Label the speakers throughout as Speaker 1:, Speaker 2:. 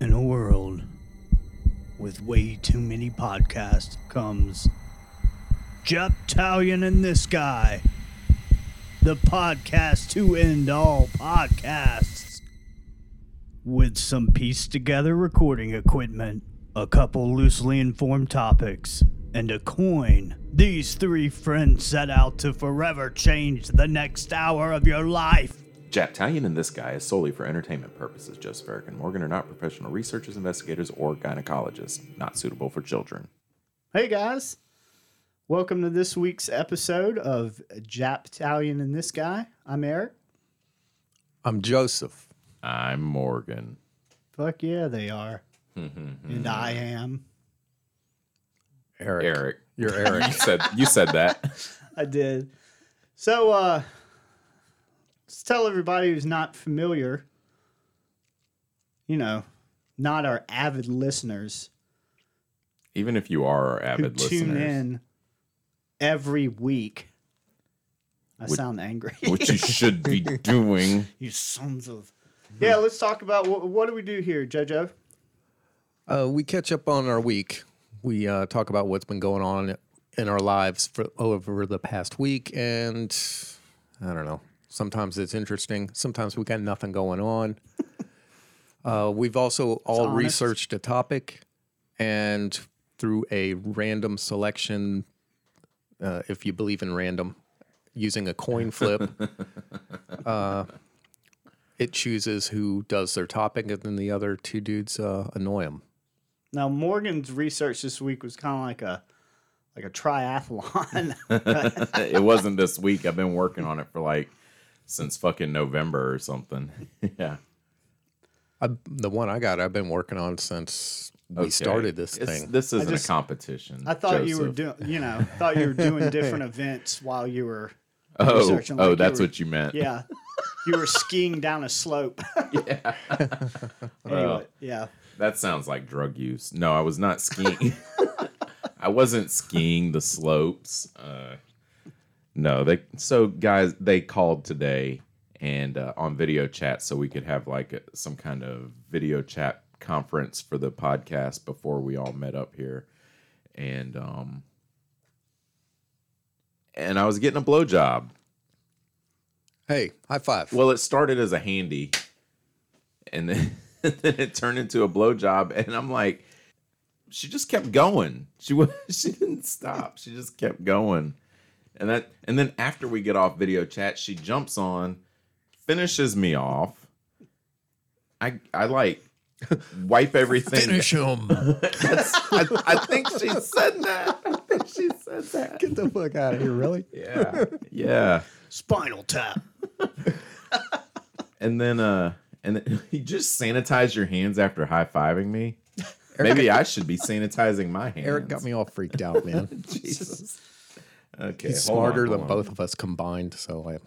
Speaker 1: a world with way too many podcasts comes Jep Talion and this guy, the podcast to end all podcasts. With some pieced together recording equipment, a couple loosely informed topics, and a coin, these three friends set out to forever change the next hour of your life.
Speaker 2: Japtalion and this guy is solely for entertainment purposes. Joseph Eric and Morgan are not professional researchers, investigators, or gynecologists. Not suitable for children.
Speaker 3: Hey guys, welcome to this week's episode of Jap Italian and This Guy. I'm Eric.
Speaker 4: I'm Joseph.
Speaker 2: I'm Morgan.
Speaker 3: Fuck yeah, they are. and I am.
Speaker 4: Eric.
Speaker 2: Eric.
Speaker 4: You're Eric.
Speaker 2: You said you said that.
Speaker 3: I did. So, uh, let's tell everybody who's not familiar, you know, not our avid listeners
Speaker 2: Even if you are our
Speaker 3: who
Speaker 2: avid
Speaker 3: tune
Speaker 2: listeners,
Speaker 3: in every week. I
Speaker 2: Would-
Speaker 3: sound angry.
Speaker 2: which you should be doing.
Speaker 3: you sons of.
Speaker 2: Hmm.
Speaker 3: Yeah, let's talk about what, what do we do here, JoJo?
Speaker 4: uh, we catch up on our week. We uh, talk about what's been going on in our lives for over the past week, and I don't know. Sometimes it's interesting. Sometimes we got nothing going on. uh, we've also all
Speaker 3: honest.
Speaker 4: researched a topic, and through a random selection, uh, if you believe in random, using a coin flip. uh, it chooses who does their topic, and then the other two dudes uh, annoy them.
Speaker 3: Now Morgan's research this week was kind of like a like a triathlon.
Speaker 2: it wasn't this week. I've been working on it for like since fucking November or something. yeah.
Speaker 4: I, the one I got, I've been working on since we
Speaker 2: Okay.
Speaker 4: started this
Speaker 2: It's-
Speaker 4: thing.
Speaker 2: This isn't
Speaker 3: just-
Speaker 2: a competition.
Speaker 3: I thought you were
Speaker 2: Joseph.
Speaker 3: doing, you know, thought you were doing different events while you were.
Speaker 2: Oh,
Speaker 3: researching, like
Speaker 2: oh,
Speaker 3: you
Speaker 2: that's
Speaker 3: were-
Speaker 2: what you meant.
Speaker 3: Yeah, you were skiing down a slope. anyway,
Speaker 2: Well.
Speaker 3: yeah,
Speaker 2: That sounds like drug use. No, I was not skiing. I wasn't skiing the slopes. Uh, no, they so guys they called today and uh, on video chat so we could have like a, some kind of video chat conference for the podcast before we all met up here and um and I was getting a blowjob.
Speaker 4: hey, high five!
Speaker 2: Well, it started as a handy, and then, then it turned into a blowjob, and I'm like, she just kept going. She was she didn't stop. She just kept going, and that and then after we get off video chat, she jumps on, finishes me off. I I like wipe everything.
Speaker 4: Finish him!
Speaker 2: That's- I, I think she said that. I think she said that.
Speaker 4: Get the fuck out of here! Really?
Speaker 2: Yeah, yeah.
Speaker 3: Spinal Tap.
Speaker 2: and then uh and then, you just sanitize your hands after high fiving me. Maybe I should be sanitizing my hands.
Speaker 4: Eric got me all freaked out, man.
Speaker 2: Jesus. Okay,
Speaker 4: He's
Speaker 2: hold on,
Speaker 4: smarter
Speaker 2: hold
Speaker 4: than
Speaker 2: on.
Speaker 4: both of us combined. So I,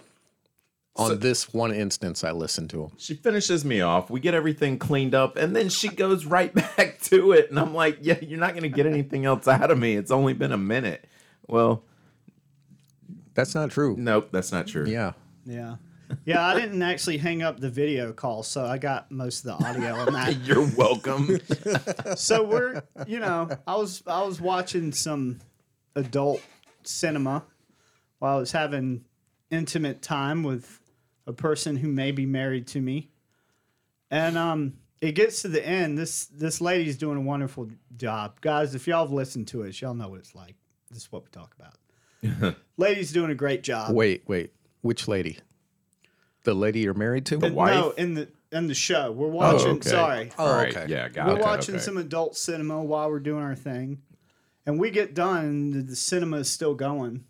Speaker 4: on this one instance, I listened to him.
Speaker 2: She finishes me off. We get everything cleaned up, and then she goes right back to it. And I'm like, "Yeah, you're not gonna get anything else out of me. It's only been a minute." Well,
Speaker 4: That's not true.
Speaker 2: nope, that's not true.
Speaker 4: Yeah,
Speaker 3: Yeah, yeah. I didn't actually hang up the video call, so I got most of the audio on that.
Speaker 2: You're welcome.
Speaker 3: so we're you know i was i was watching some adult cinema while i was having intimate time with a person who may be married to me and um it gets to the end this this lady's doing a wonderful job guys if y'all have listened to it y'all know what it's like this is what we talk about lady's doing a great job
Speaker 4: wait, wait. Which lady? The lady you're married to?
Speaker 2: The-
Speaker 3: no
Speaker 2: wife?
Speaker 3: in the in the show we're watching
Speaker 2: okay.
Speaker 3: sorry
Speaker 4: Oh,
Speaker 2: All right,
Speaker 4: okay.
Speaker 2: yeah, got
Speaker 3: We're
Speaker 2: it.
Speaker 3: watching
Speaker 2: Okay.
Speaker 3: some adult cinema while we're doing our thing. And we get done, and the, the cinema is still going.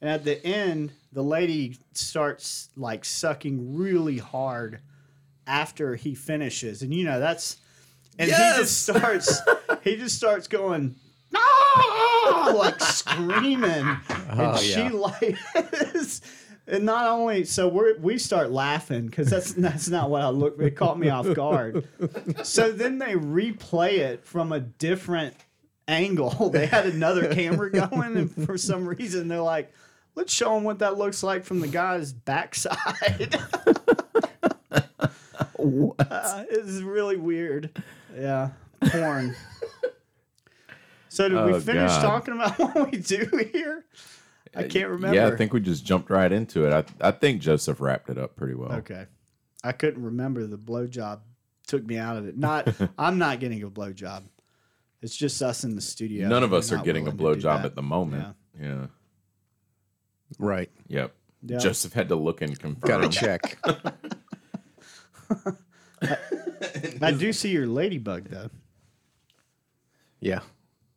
Speaker 3: And at the end, the lady starts like sucking really hard after he finishes. And you know, that's. And he
Speaker 2: Yes!
Speaker 3: just starts, he just starts going, "Ah!" like screaming. and
Speaker 4: Oh,
Speaker 3: she
Speaker 4: yeah.
Speaker 3: like. And not only so we we start laughing because that's that's not what I look. It caught me off guard. So then they replay it from a different angle. They had another camera going, and for some reason they're like, "Let's show them what that looks like from the guy's backside." Uh, it's really weird. Yeah, porn. so did we
Speaker 2: Oh,
Speaker 3: finish
Speaker 2: God. Uh,
Speaker 3: talking about what we do here? I can't remember.
Speaker 2: Yeah, I think we just jumped right into it. I, I think Joseph wrapped it up pretty well.
Speaker 3: Okay, I couldn't remember the blowjob. Took me out of it. Not, I'm not getting a blowjob. It's just us in the studio.
Speaker 2: None of
Speaker 3: We're
Speaker 2: us are
Speaker 3: not
Speaker 2: getting a
Speaker 3: willing to do
Speaker 2: blowjob
Speaker 3: that.
Speaker 2: at the moment. Yeah.
Speaker 4: Right.
Speaker 2: Yep.
Speaker 3: Yeah.
Speaker 2: Joseph had to look and confirm.
Speaker 4: Got to check.
Speaker 3: I do see your ladybug though.
Speaker 4: Yeah.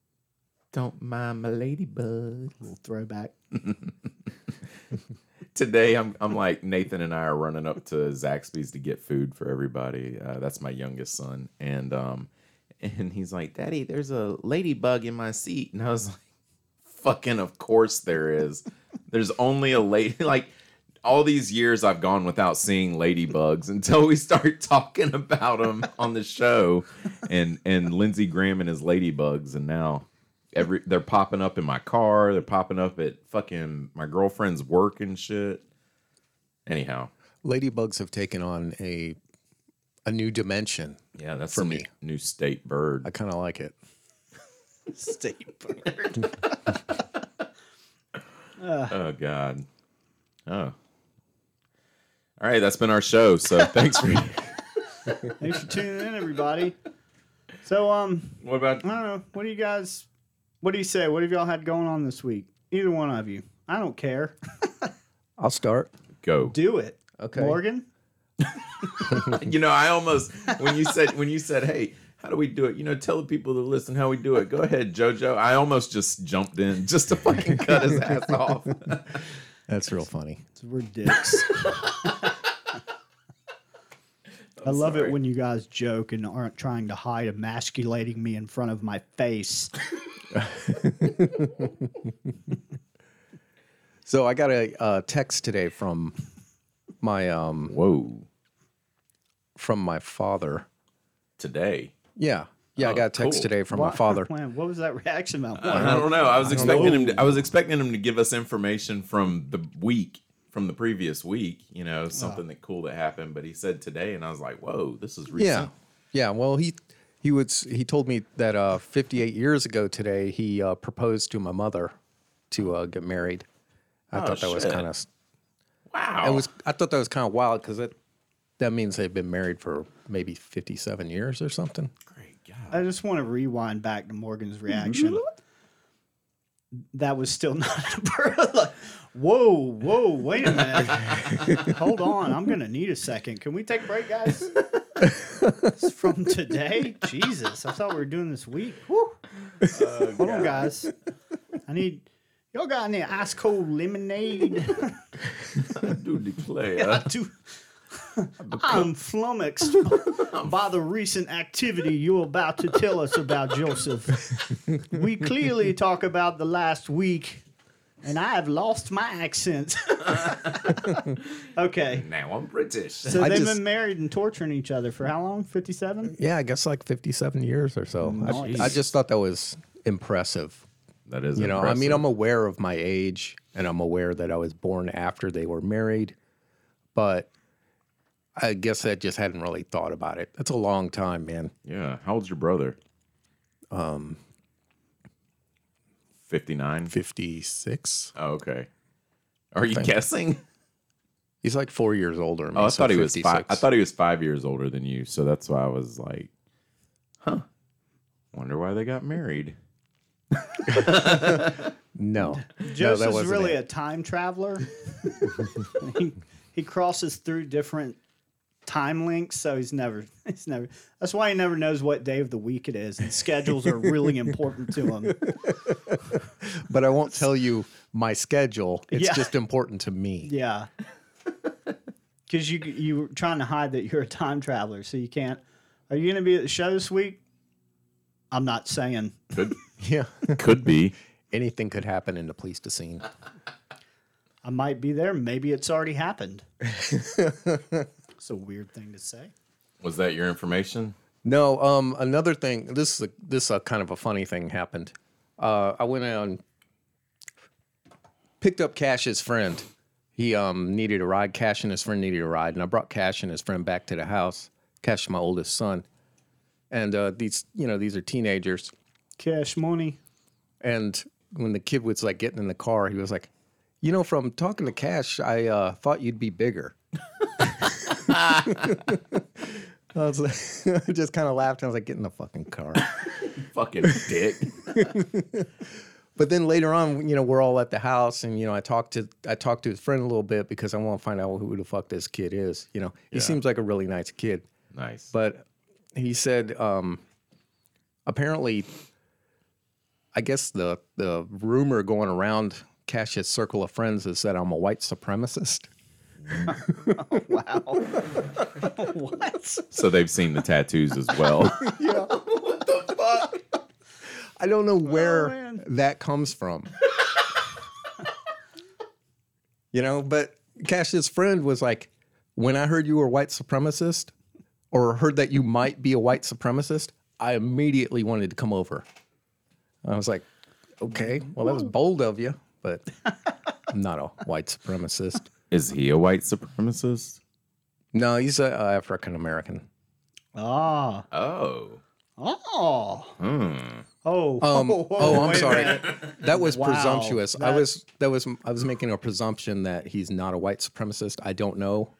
Speaker 2: Don't mind my ladybug.
Speaker 3: Little throwback.
Speaker 2: Today, I'm I'm like Nathan and I are running up to Zaxby's to get food for everybody. Uh, that's my youngest son, and um, and he's like, "Daddy, there's a ladybug in my seat," and I was like, "Fucking, of course there is. There's only a lady like." All these years I've gone without seeing ladybugs until we start talking about them on the show, and and Lindsey Graham and his ladybugs, and now every they're popping up in my car. They're popping up at fucking my girlfriend's work and shit. Anyhow,
Speaker 4: Ladybugs have taken on a a new dimension.
Speaker 2: yeah, that's
Speaker 4: For
Speaker 2: a new-
Speaker 4: me.
Speaker 2: new, state bird.
Speaker 4: I kind of like it.
Speaker 3: State bird.
Speaker 2: oh god. Oh. All right, that's been our show. So thanks for.
Speaker 3: Thanks for tuning in, everybody. So, um,
Speaker 2: what about?
Speaker 3: I don't know. What do you guys? What do you say? What have y'all had going on this week? Either one of you. I don't care.
Speaker 4: I'll start.
Speaker 2: Go.
Speaker 3: Do it.
Speaker 4: Okay.
Speaker 3: Morgan.
Speaker 2: You know, I almost when you said when you said, "Hey, how do we do it?" You know, tell the people that listen how we do it. Go ahead, Jojo. I almost just jumped in just to fucking cut his ass off.
Speaker 4: That's real funny.
Speaker 3: We're dicks. I love
Speaker 2: sorry.
Speaker 3: it when you guys joke and aren't trying to hide emasculating me in front of my face.
Speaker 4: So I got a uh, text today from my um
Speaker 2: Whoa!
Speaker 4: from my father.
Speaker 2: Today.
Speaker 4: Yeah. Yeah, I
Speaker 2: Oh,
Speaker 4: got a text
Speaker 2: cool.
Speaker 4: today from
Speaker 3: What-
Speaker 4: my father.
Speaker 3: Man, what was that reaction about?
Speaker 2: I don't know. I was expecting him. To, I was expecting him to give us information from the week, from the previous week. You know, something that cool that happened. But he said today, and I was like, "Whoa, this is
Speaker 4: Yeah.
Speaker 2: recent."
Speaker 4: Yeah, well, he he was he told me that uh 58 years ago today he uh, proposed to my mother to uh, get married. I
Speaker 2: Oh,
Speaker 4: thought that was
Speaker 2: shit.
Speaker 4: kind of
Speaker 2: Wow.
Speaker 4: I was I thought that was kind of wild cuz that that means they've been married for maybe 57 years or something.
Speaker 2: great. God.
Speaker 3: I just want to rewind back to Morgan's reaction. that was still not a burla. Whoa, whoa, wait a minute. Hold on. I'm going to need a second. Can we take a break, guys? It's from today? Jesus. I thought we were doing this week. Whew. Hold on, guys. I need. Y'all got any ice cold lemonade?
Speaker 2: I do declare.
Speaker 3: I do. I'm flummoxed by the recent activity you're about to tell us about, Joseph. We clearly talk about the last week, and I have lost my accent. okay.
Speaker 2: Now I'm British.
Speaker 3: So
Speaker 4: I
Speaker 3: they've
Speaker 4: just-
Speaker 3: been married and torturing each other for how long? 57?
Speaker 4: Yeah, I guess like 57 years or so. I, I just thought that was impressive.
Speaker 2: that is.
Speaker 4: You know, I mean, I'm aware of my age and I'm aware that I was born after they were married, but I guess I just hadn't really thought about it. That's a long time, man.
Speaker 2: Yeah. How old's your brother? Um. Fifty nine.
Speaker 4: 56.
Speaker 2: Oh, okay. Are you guessing?
Speaker 4: He's like four years older. than me,
Speaker 2: Oh, I
Speaker 4: so
Speaker 2: thought he was five.
Speaker 4: 56.
Speaker 2: I thought he was five years older than you, so that's why I was like, "Huh? Wonder why they got married."
Speaker 4: no.
Speaker 3: Joseph's
Speaker 4: wasn't
Speaker 3: really
Speaker 4: it.
Speaker 3: a time traveler. he, he crosses through different time links, so he's never he's never that's why he never knows what day of the week it is. And schedules are really important to him.
Speaker 4: But I won't tell you my schedule. It's
Speaker 3: Yeah.
Speaker 4: just important to me.
Speaker 3: Yeah. Cause you you were trying to hide that you're a time traveler, so you can't are you gonna be at the show this week? I'm not saying.
Speaker 2: Could
Speaker 4: Yeah.
Speaker 2: could be.
Speaker 4: Anything could happen in the police to scene.
Speaker 3: I might be there. Maybe it's already happened. it's a weird thing to say.
Speaker 2: Was that your information?
Speaker 4: No, um, another thing. This is a, this uh, kind of a funny thing happened. Uh, I went out and picked up Cash's friend. He um, needed a ride. Cash and his friend needed a ride, and I brought Cash and his friend back to the house. Cash, is my oldest son, and uh, these you know these are teenagers.
Speaker 3: Cash money.
Speaker 4: And when the kid was like getting in the car, he was like, "You know, from talking to Cash, I uh, thought you'd be bigger." I was like, I just kind of laughed. And I was like, "Get in the fucking car."
Speaker 2: Fucking dick.
Speaker 4: But then later on, you know, we're all at the house, and you know, I talked to I talked to his friend a little bit because I want to find out who the fuck this kid is. You know, he seems like a really nice kid,
Speaker 2: nice.
Speaker 4: but he said um, apparently, I guess the the rumor going around Cash's circle of friends is that I'm a white supremacist.
Speaker 3: What?
Speaker 2: so they've seen the tattoos as well.
Speaker 4: I don't know where
Speaker 3: Oh, man.
Speaker 4: that comes from. you know, but Cash's friend was like, when I heard you were a white supremacist or heard that you might be a white supremacist, I immediately wanted to come over. I was like, okay, well, that was bold of you, but I'm not a white supremacist.
Speaker 2: Is he a white supremacist?
Speaker 4: No, he's uh, African American.
Speaker 3: Ah.
Speaker 2: Oh.
Speaker 3: Oh.
Speaker 2: Hmm.
Speaker 3: Oh.
Speaker 4: Um,
Speaker 3: whoa, whoa,
Speaker 4: oh, I'm
Speaker 3: wait a
Speaker 4: sorry.
Speaker 3: minute.
Speaker 4: That was
Speaker 3: Wow,
Speaker 4: presumptuous. I
Speaker 3: that-
Speaker 4: was that was I was making a presumption that he's not a white supremacist. I don't know.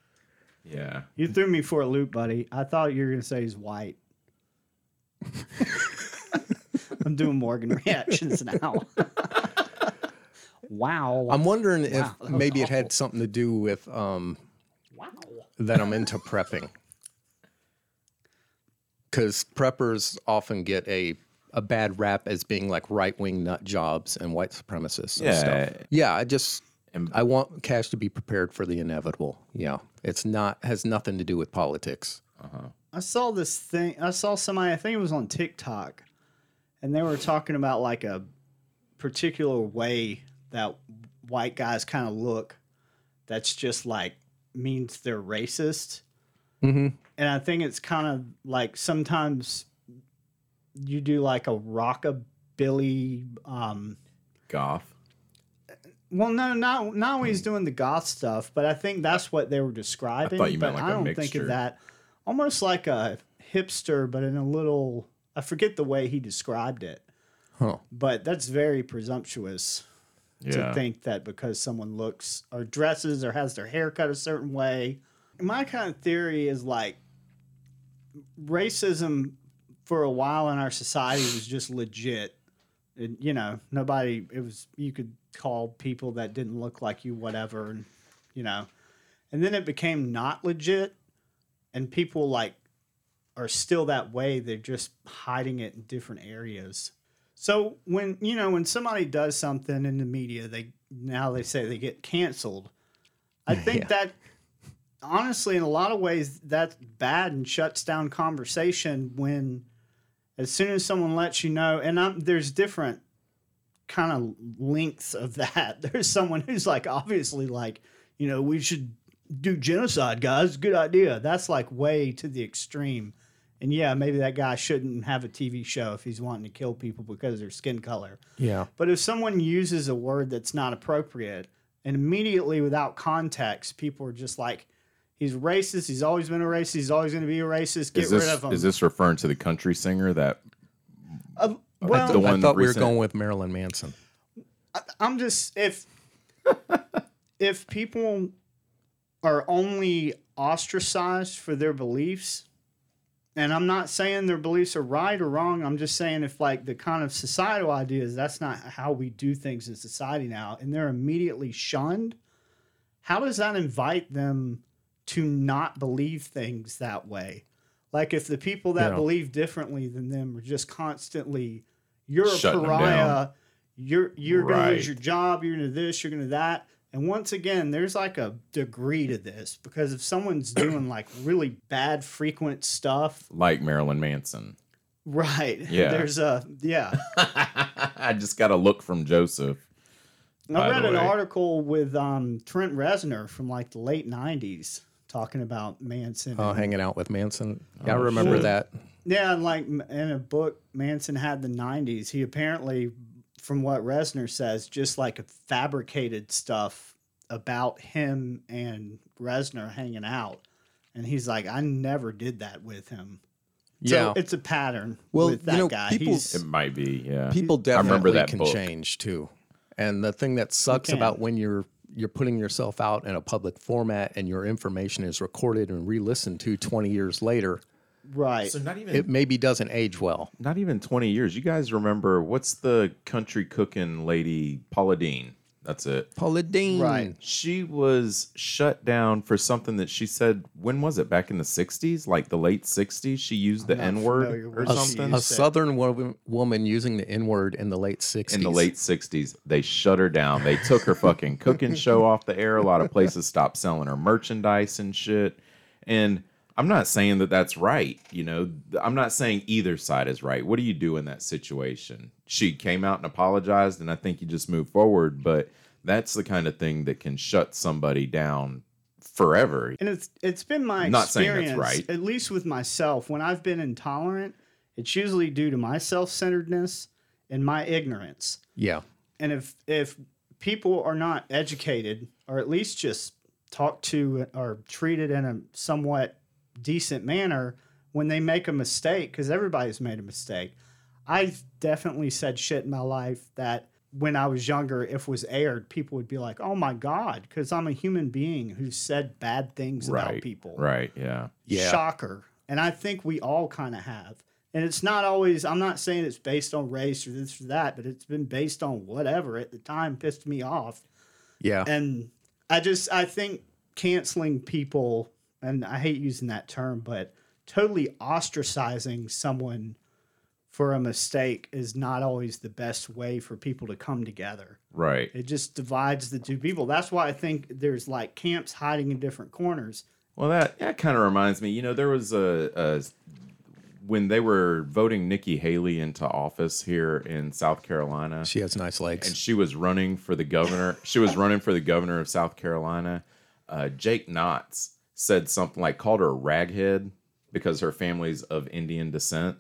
Speaker 2: Yeah.
Speaker 3: You threw me for a loop, buddy. I thought you were gonna say he's white. I'm doing Morgan reactions now. wow.
Speaker 4: I'm wondering if
Speaker 3: Wow, that was
Speaker 4: maybe it had something to do with um,
Speaker 3: wow.
Speaker 4: that I'm into prepping. Because preppers often get a a bad rap as being like right wing nut jobs and white supremacists. And
Speaker 2: Yeah.
Speaker 4: stuff. yeah. I just
Speaker 2: And-
Speaker 4: I want Cash to be prepared for the inevitable. Yeah, it's not has nothing to do with politics.
Speaker 2: Uh-huh.
Speaker 3: I saw this thing. I saw somebody. I think it was on TikTok, and they were talking about like a particular way that white guys kind of look. That's just like means they're racist.
Speaker 4: Mm-hmm.
Speaker 3: and I think it's kind of like sometimes you do like a rockabilly. Um,
Speaker 2: Goth.
Speaker 3: well, no, not not always
Speaker 2: Hmm.
Speaker 3: doing the goth stuff, but I think that's what they were describing.
Speaker 2: you
Speaker 3: but
Speaker 2: meant like
Speaker 3: I
Speaker 2: a
Speaker 3: don't think
Speaker 2: mixture.
Speaker 3: of that. Almost like a hipster, but in a little. I forget the way he described it,
Speaker 4: Huh.
Speaker 3: but that's very presumptuous
Speaker 2: Yeah.
Speaker 3: to think that because someone looks or dresses or has their hair cut a certain way. My kind of theory is like racism for a while in our society was just legit. And, you know, nobody, it was, you could call people that didn't look like you, whatever, and, you know. And then it became not legit, and people like are still that way. They're just hiding it in different areas. So when you know when somebody does something in the media, they now they say they get canceled. I think
Speaker 4: Yeah.
Speaker 3: that honestly, in a lot of ways, that's bad and shuts down conversation. When as soon as someone lets you know, and I'm, there's different kind of lengths of that. There's someone who's like obviously like you know we should do genocide, guys. Good idea. That's like way to the extreme. And yeah, maybe that guy shouldn't have a TV show if he's wanting to kill people because of their skin color.
Speaker 4: Yeah.
Speaker 3: But if someone uses a word that's not appropriate, and immediately without context, people are just like, he's racist. He's always been a racist. He's always going to be a racist. Get
Speaker 2: is this
Speaker 3: rid of him.
Speaker 2: is this referring to the country singer that
Speaker 3: Uh,
Speaker 2: I
Speaker 3: well,
Speaker 2: The
Speaker 4: I
Speaker 2: one
Speaker 4: thought we were
Speaker 2: recent-
Speaker 4: going with Marilyn Manson.
Speaker 3: I'm just if if people are only ostracized for their beliefs, and I'm not saying their beliefs are right or wrong. I'm just saying if like the kind of societal ideas that's not how we do things in society now, and they're immediately shunned. How does that invite them to not believe things that way? Like if the people that
Speaker 4: Yeah.
Speaker 3: believe differently than them are just constantly, you're a
Speaker 2: Shutting them down.
Speaker 3: pariah. You're you're gonna
Speaker 2: Right.
Speaker 3: lose your job. You're gonna this. You're gonna that. And once again, there's like a degree to this because if someone's doing like really bad, frequent stuff,
Speaker 2: like Marilyn Manson?
Speaker 3: right?
Speaker 2: Yeah.
Speaker 3: There's a yeah.
Speaker 2: I just got a look from Joseph.
Speaker 3: I
Speaker 2: By the
Speaker 3: read an
Speaker 2: way.
Speaker 3: article with um, Trent Reznor from like the late '90s talking about Manson.
Speaker 4: Oh,
Speaker 3: and-
Speaker 4: hanging out with Manson. Yeah, I
Speaker 2: Oh,
Speaker 4: remember
Speaker 2: shit.
Speaker 4: that.
Speaker 3: Yeah, and like m- in a book Manson had the 90s, he apparently, from what Resner says, just like fabricated stuff about him and Resner hanging out. And he's like, I never did that with him. So
Speaker 4: yeah.
Speaker 3: it's a pattern
Speaker 4: Well,
Speaker 3: with that
Speaker 4: you know,
Speaker 3: guy.
Speaker 4: people-
Speaker 2: It
Speaker 3: He's,
Speaker 2: might be, yeah.
Speaker 4: people definitely
Speaker 2: remember that
Speaker 4: can
Speaker 2: book.
Speaker 4: change too. And the thing that sucks
Speaker 3: can.
Speaker 4: about when you're you're putting yourself out in a public format and your information is recorded and re-listened to 20 years later,
Speaker 3: right.
Speaker 2: so not even
Speaker 4: it maybe doesn't age well.
Speaker 2: not even 20 years. You guys remember what's the country cooking lady Paula Dean? That's it.
Speaker 4: Paula Dean.
Speaker 3: Right.
Speaker 2: She was shut down for something that she said when was it? Back in the 60s, like the late 60s, she used the
Speaker 3: familiar
Speaker 2: n-word
Speaker 3: with
Speaker 2: or
Speaker 3: what she
Speaker 2: something.
Speaker 4: A southern woman, woman using the N-word in the late 60s.
Speaker 2: in the late 60s they shut her down they took her fucking cooking show off the air a lot of places stopped selling her merchandise and shit and i'm not saying that that's right you know i'm not saying either side is right what do you do in that situation she came out and apologized and i think you just move forward but that's the kind of thing that can shut somebody down forever
Speaker 3: And it's it's been my
Speaker 2: I'm not saying that's
Speaker 3: experience,
Speaker 2: right.
Speaker 3: at least with myself, when I've been intolerant, it's usually due to my self-centeredness and my ignorance.
Speaker 4: Yeah.
Speaker 3: And if if people are not educated or at least just talked to or treated in a somewhat decent manner when they make a mistake, because everybody's made a mistake. I've definitely said shit in my life that when I was younger, if was aired, people would be like, "Oh my god," because I'm a human being who said bad things about
Speaker 2: right
Speaker 3: people.
Speaker 2: right yeah
Speaker 4: Yeah.
Speaker 3: Shocker. And I think we all kind of have. And it's not always. I'm not saying it's based on race or this or that, but it's been based on whatever at the time pissed me off.
Speaker 4: Yeah.
Speaker 3: And I just I think canceling people, and I hate using that term, but totally ostracizing someone for a mistake is not always the best way for people to come together.
Speaker 2: right
Speaker 3: It just divides the two people. That's why I think there's like camps hiding in different corners.
Speaker 2: Well, that that kind of reminds me. You know, there was a, a when they were voting Nikki Haley into office here in South Carolina,
Speaker 4: She has nice
Speaker 2: and
Speaker 4: legs.
Speaker 2: she was running for the governor. she was running for the governor of South Carolina. Uh, Jake Knotts said something like called her a raghead because her family's of Indian descent.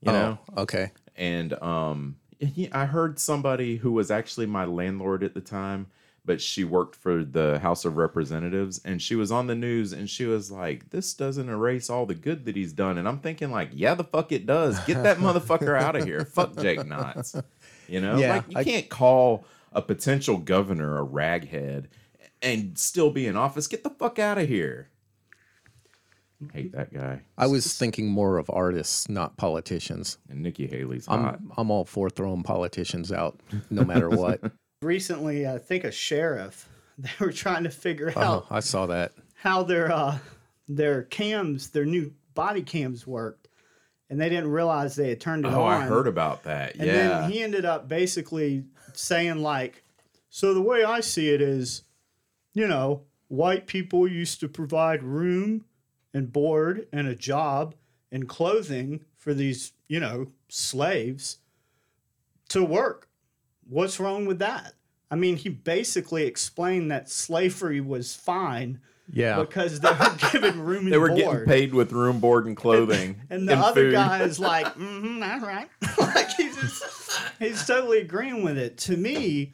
Speaker 2: You know,
Speaker 4: Oh, okay.
Speaker 2: and um he, i heard somebody who was actually my landlord at the time but she worked for the house of representatives and she was on the news and she was like this doesn't erase all the good that he's done and i'm thinking like yeah the fuck it does get that motherfucker out of here fuck jake knotts you know
Speaker 4: Yeah,
Speaker 2: like you
Speaker 4: I-
Speaker 2: can't call a potential governor a raghead and still be in office get the fuck out of here hate that guy
Speaker 4: I was thinking more of artists, not politicians.
Speaker 2: and nikki haley's hot
Speaker 4: I'm I'm all for throwing politicians out no matter what.
Speaker 3: recently i think a sheriff they were trying to figure
Speaker 2: Uh-huh.
Speaker 4: oh,
Speaker 3: out
Speaker 4: I saw that.
Speaker 3: how their uh, their cams their new body cams worked and they didn't realize they had turned it
Speaker 2: Oh,
Speaker 3: on
Speaker 2: I heard about that.
Speaker 3: and
Speaker 2: yeah.
Speaker 3: then he ended up basically saying like so the way i see it is you know white people used to provide room and board and a job and clothing for these you know slaves to work what's wrong with that i mean he basically explained that slavery was fine
Speaker 4: Yeah.
Speaker 3: because they were given room and
Speaker 2: they were
Speaker 3: board
Speaker 2: getting paid with room, board, and clothing.
Speaker 3: and the other
Speaker 2: food.
Speaker 3: guy is like, mm-hmm, that's right. like he's just, he's totally agreeing with it. To me,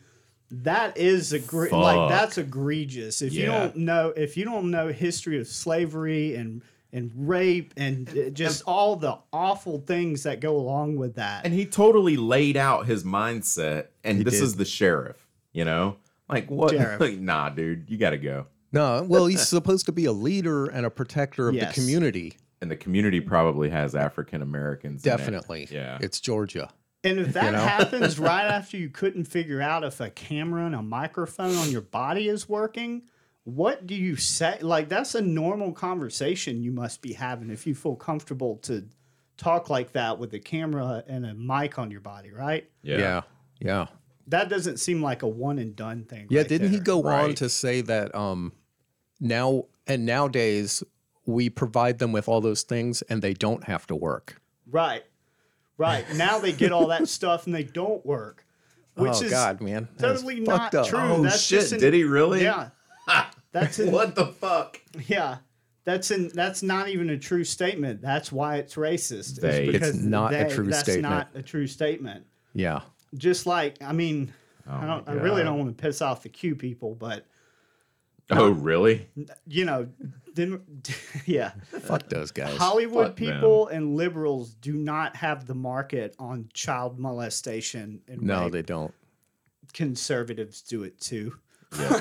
Speaker 3: that is egre-
Speaker 2: Fuck.
Speaker 3: like that's egregious. If you
Speaker 2: Yeah.
Speaker 3: don't know if you don't know history of slavery and and rape and, uh, just all the awful things that go along with that.
Speaker 2: And he totally laid out his mindset. And this
Speaker 4: did.
Speaker 2: is the sheriff, you know? Like, what?
Speaker 3: Sheriff.
Speaker 2: Like, nah, dude, you got to go.
Speaker 4: No, well, he's supposed to be a leader and a protector of
Speaker 3: Yes.
Speaker 4: the community.
Speaker 2: And the community probably has African Americans. in it.
Speaker 4: Definitely.
Speaker 2: Yeah.
Speaker 4: It's Georgia.
Speaker 3: And if that
Speaker 4: know?
Speaker 3: happens right after you couldn't figure out if a camera and a microphone on your body is working, what do you say? Like that's a normal conversation you must be having if you feel comfortable to talk like that with a camera and a mic on your body, right?
Speaker 2: yeah.
Speaker 4: Yeah. Yeah.
Speaker 3: That doesn't seem like a one and done thing.
Speaker 4: Yeah,
Speaker 3: right
Speaker 4: didn't he
Speaker 3: there.
Speaker 4: go on
Speaker 2: Right.
Speaker 4: to say that um now and nowadays we provide them with all those things and they don't have to work.
Speaker 3: Right, right. Now they get all that stuff and they don't work, which
Speaker 4: oh
Speaker 3: is
Speaker 4: god, man. That is
Speaker 3: totally not
Speaker 4: fucked up.
Speaker 3: true.
Speaker 2: Oh,
Speaker 3: that's
Speaker 2: shit.
Speaker 3: just an-
Speaker 2: did he really?
Speaker 3: Yeah, that's an
Speaker 2: What the fuck?
Speaker 3: Yeah. That's in that's not even a true statement. That's why it's racist. is
Speaker 2: They- It's
Speaker 4: not a true
Speaker 3: that's
Speaker 4: statement.
Speaker 3: not a true statement.
Speaker 4: Yeah.
Speaker 3: Just like I mean, I
Speaker 4: Oh
Speaker 2: Oh, my
Speaker 3: don't I really
Speaker 2: God.
Speaker 3: don't want to piss off the Q people, but
Speaker 2: Oh, really?
Speaker 3: you know, Then, yeah.
Speaker 4: Fuck those guys.
Speaker 3: Hollywood
Speaker 2: Fuck them.
Speaker 3: people and liberals do not have the market on child molestation and
Speaker 4: No,
Speaker 3: rape.
Speaker 4: they don't.
Speaker 3: conservatives do it too.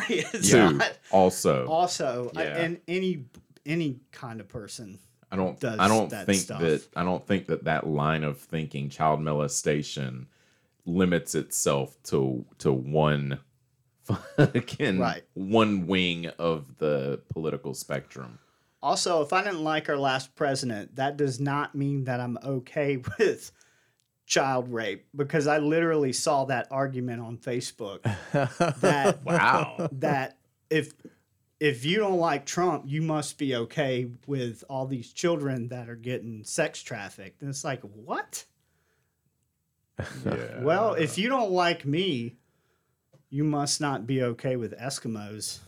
Speaker 3: It's
Speaker 2: Two,
Speaker 3: not-
Speaker 2: also,
Speaker 3: Also, I-
Speaker 2: Yeah.
Speaker 3: and any any kind of person.
Speaker 2: I don't.
Speaker 3: does
Speaker 2: I don't
Speaker 3: that
Speaker 2: think
Speaker 3: stuff.
Speaker 2: that. I don't think that that line of thinking, child molestation, limits itself to to one fucking
Speaker 3: Right.
Speaker 2: one wing of the political spectrum.
Speaker 3: Also, if I didn't like our last president, that does not mean that I'm okay with child rape because I literally saw that argument on Facebook that
Speaker 2: Wow.
Speaker 3: that if if you don't like Trump, you must be okay with all these children that are getting sex trafficked. And it's like, what?
Speaker 2: Yeah.
Speaker 3: Well, if you don't like me, you must not be okay with Eskimos.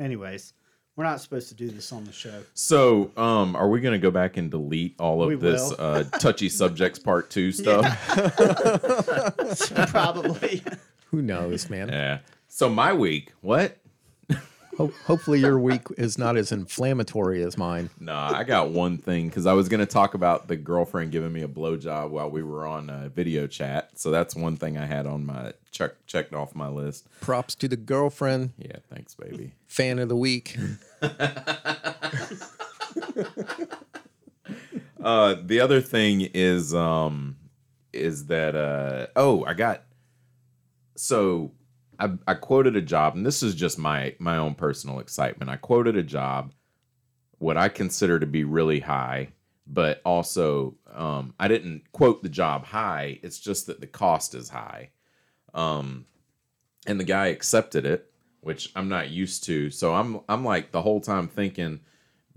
Speaker 3: Anyways, we're not supposed to do this on the show.
Speaker 2: So, um, are we gonna go back and delete all of
Speaker 3: We
Speaker 2: this
Speaker 3: will.
Speaker 2: uh, touchy subjects part two stuff?
Speaker 3: Probably.
Speaker 4: Who knows, man?
Speaker 2: Yeah. So my week, what?
Speaker 4: Ho- hopefully your week is not as inflammatory as mine.
Speaker 2: Nah, I got one thing because I was gonna talk about the girlfriend giving me a blowjob while we were on uh, video chat. So that's one thing I had on my check checked off my list.
Speaker 4: Props to the girlfriend,
Speaker 2: Yeah, thanks, baby.
Speaker 4: fan of the week.
Speaker 3: Mm.
Speaker 2: Uh, the other thing is, um, is that uh, oh, I got so I, I quoted a job, and this is just my my own personal excitement. I quoted a job, what I consider to be really high, but also um, I didn't quote the job high. It's just that the cost is high, um, and the guy accepted it, which I'm not used to. So I'm I'm like the whole time thinking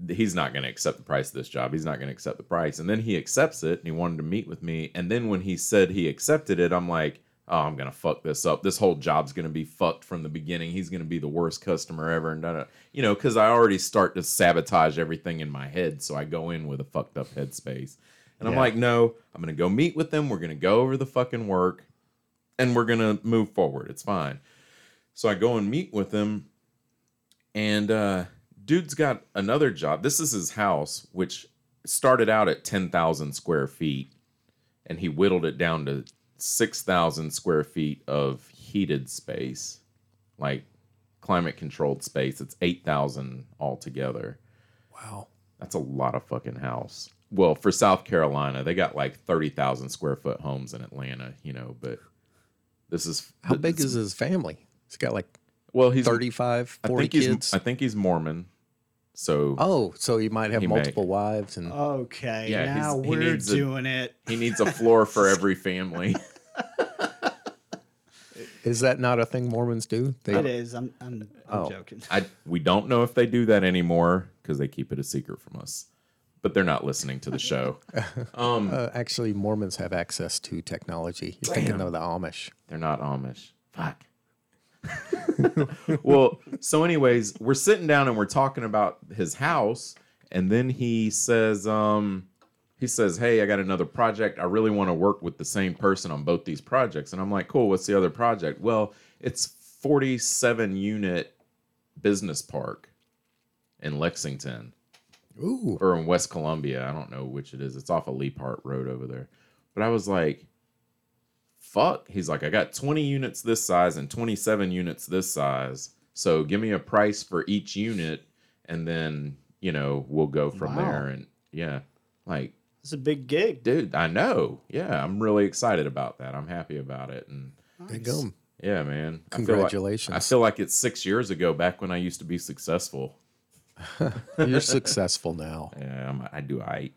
Speaker 2: he's not going to accept the price of this job. He's not going to accept the price. And then he accepts it and he wanted to meet with me. And then when he said he accepted it, I'm like, oh, I'm going to fuck this up. This whole job's going to be fucked from the beginning. He's going to be the worst customer ever. And, da-da. you know, because I already start to sabotage everything in my head. So I go in with a fucked up headspace. And I'm
Speaker 4: Yeah.
Speaker 2: like, no, I'm going to go meet with them. We're going to go over the fucking work and we're going to move forward. It's fine. So I go and meet with him and uh dude's got another job this is his house which started out at 10,000 square feet and he whittled it down to 6,000 square feet of heated space like climate controlled space it's 8,000 altogether
Speaker 4: Wow.
Speaker 2: that's a lot of fucking house well for south carolina they got like 30,000 square foot homes in atlanta you know but this is
Speaker 4: How big is his family? He's got like
Speaker 2: well he's
Speaker 4: 35,
Speaker 2: I
Speaker 4: 40
Speaker 2: think he's
Speaker 4: kids.
Speaker 2: I think he's mormornon so
Speaker 4: oh, so he might have
Speaker 2: He may.
Speaker 4: multiple wives and
Speaker 3: Okay,
Speaker 2: Yeah, he's-
Speaker 3: now
Speaker 2: he
Speaker 3: we're
Speaker 2: needs a-
Speaker 3: doing it.
Speaker 2: He needs a floor for every family.
Speaker 4: is that not a thing Mormons do? They,
Speaker 3: It is. I'm, I'm, I'm
Speaker 4: Oh.
Speaker 3: joking.
Speaker 2: I we don't know if they do that anymore because they keep it a secret from us. But they're not listening to the show. Um,
Speaker 4: Uh, actually, Mormons have access to technology. You're thinking of the Amish.
Speaker 2: they're not Amish. Fuck. well, so anyways, we're sitting down and we're talking about his house, and then he says, um, he says, "Hey, I got another project. I really want to work with the same person on both these projects." And I'm like, "Cool. What's the other project?" Well, it's 47 unit business park in Lexington
Speaker 4: Ooh,
Speaker 2: or in West Columbia. I don't know which it is. It's off of Lee Park Road over there. But I was like, fuck. He's like, I got 20 units this size and 27 units this size. So give me a price for each unit and then, you know, we'll go from
Speaker 3: Wow.
Speaker 2: there. And yeah, like,
Speaker 3: It's a big gig.
Speaker 2: dude, I know. Yeah, I'm really excited about that. I'm happy about it. And
Speaker 4: big gum.
Speaker 2: yeah, man. I feel like-
Speaker 4: Congratulations.
Speaker 2: I feel like it's six years ago back when I used to be successful.
Speaker 4: You're successful now.
Speaker 2: Yeah, I'm, I do. I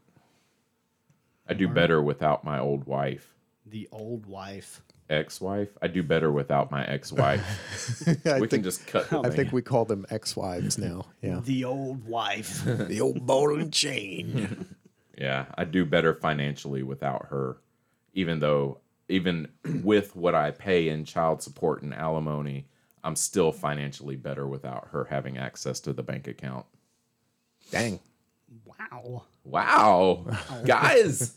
Speaker 2: I do better without my old wife,
Speaker 3: The old wife.
Speaker 2: ex-wife. I do better without my ex-wife. we
Speaker 4: I
Speaker 2: can
Speaker 4: think,
Speaker 2: just cut. The
Speaker 4: I
Speaker 2: thing.
Speaker 4: think we call them ex-wives now. Yeah.
Speaker 3: The old wife.
Speaker 4: the old ball and chain.
Speaker 2: Yeah, I do better financially without her, even though even with what I pay in child support and alimony, I'm still financially better without her having access to the bank account.
Speaker 4: Dang.
Speaker 3: wow.
Speaker 2: Wow, guys.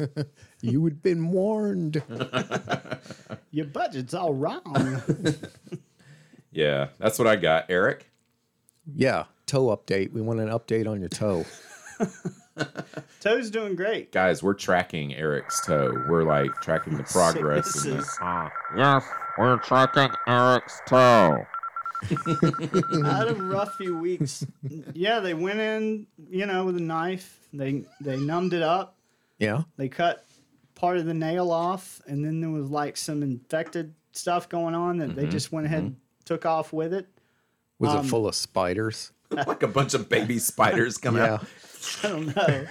Speaker 4: You had been warned.
Speaker 3: Your budget's all wrong.
Speaker 2: Yeah, that's what I got, Eric.
Speaker 4: Yeah. toe update. We want an update on your toe.
Speaker 3: Toe's doing great.
Speaker 2: Guys, we're tracking Eric's toe. We're like tracking the progress. and the-
Speaker 3: Sicknesses.
Speaker 5: Uh, Yes, we're tracking Eric's toe.
Speaker 3: I had a rough few weeks. Yeah, they went in, you know, with a knife. They they numbed it up.
Speaker 4: yeah.
Speaker 3: They cut part of the nail off, and then there was like some infected stuff going on that
Speaker 2: Mm-hmm.
Speaker 3: they just went ahead and took off with it.
Speaker 4: Was it full of spiders?
Speaker 2: like a bunch of baby spiders coming
Speaker 4: Yeah.
Speaker 2: out.
Speaker 3: I don't know.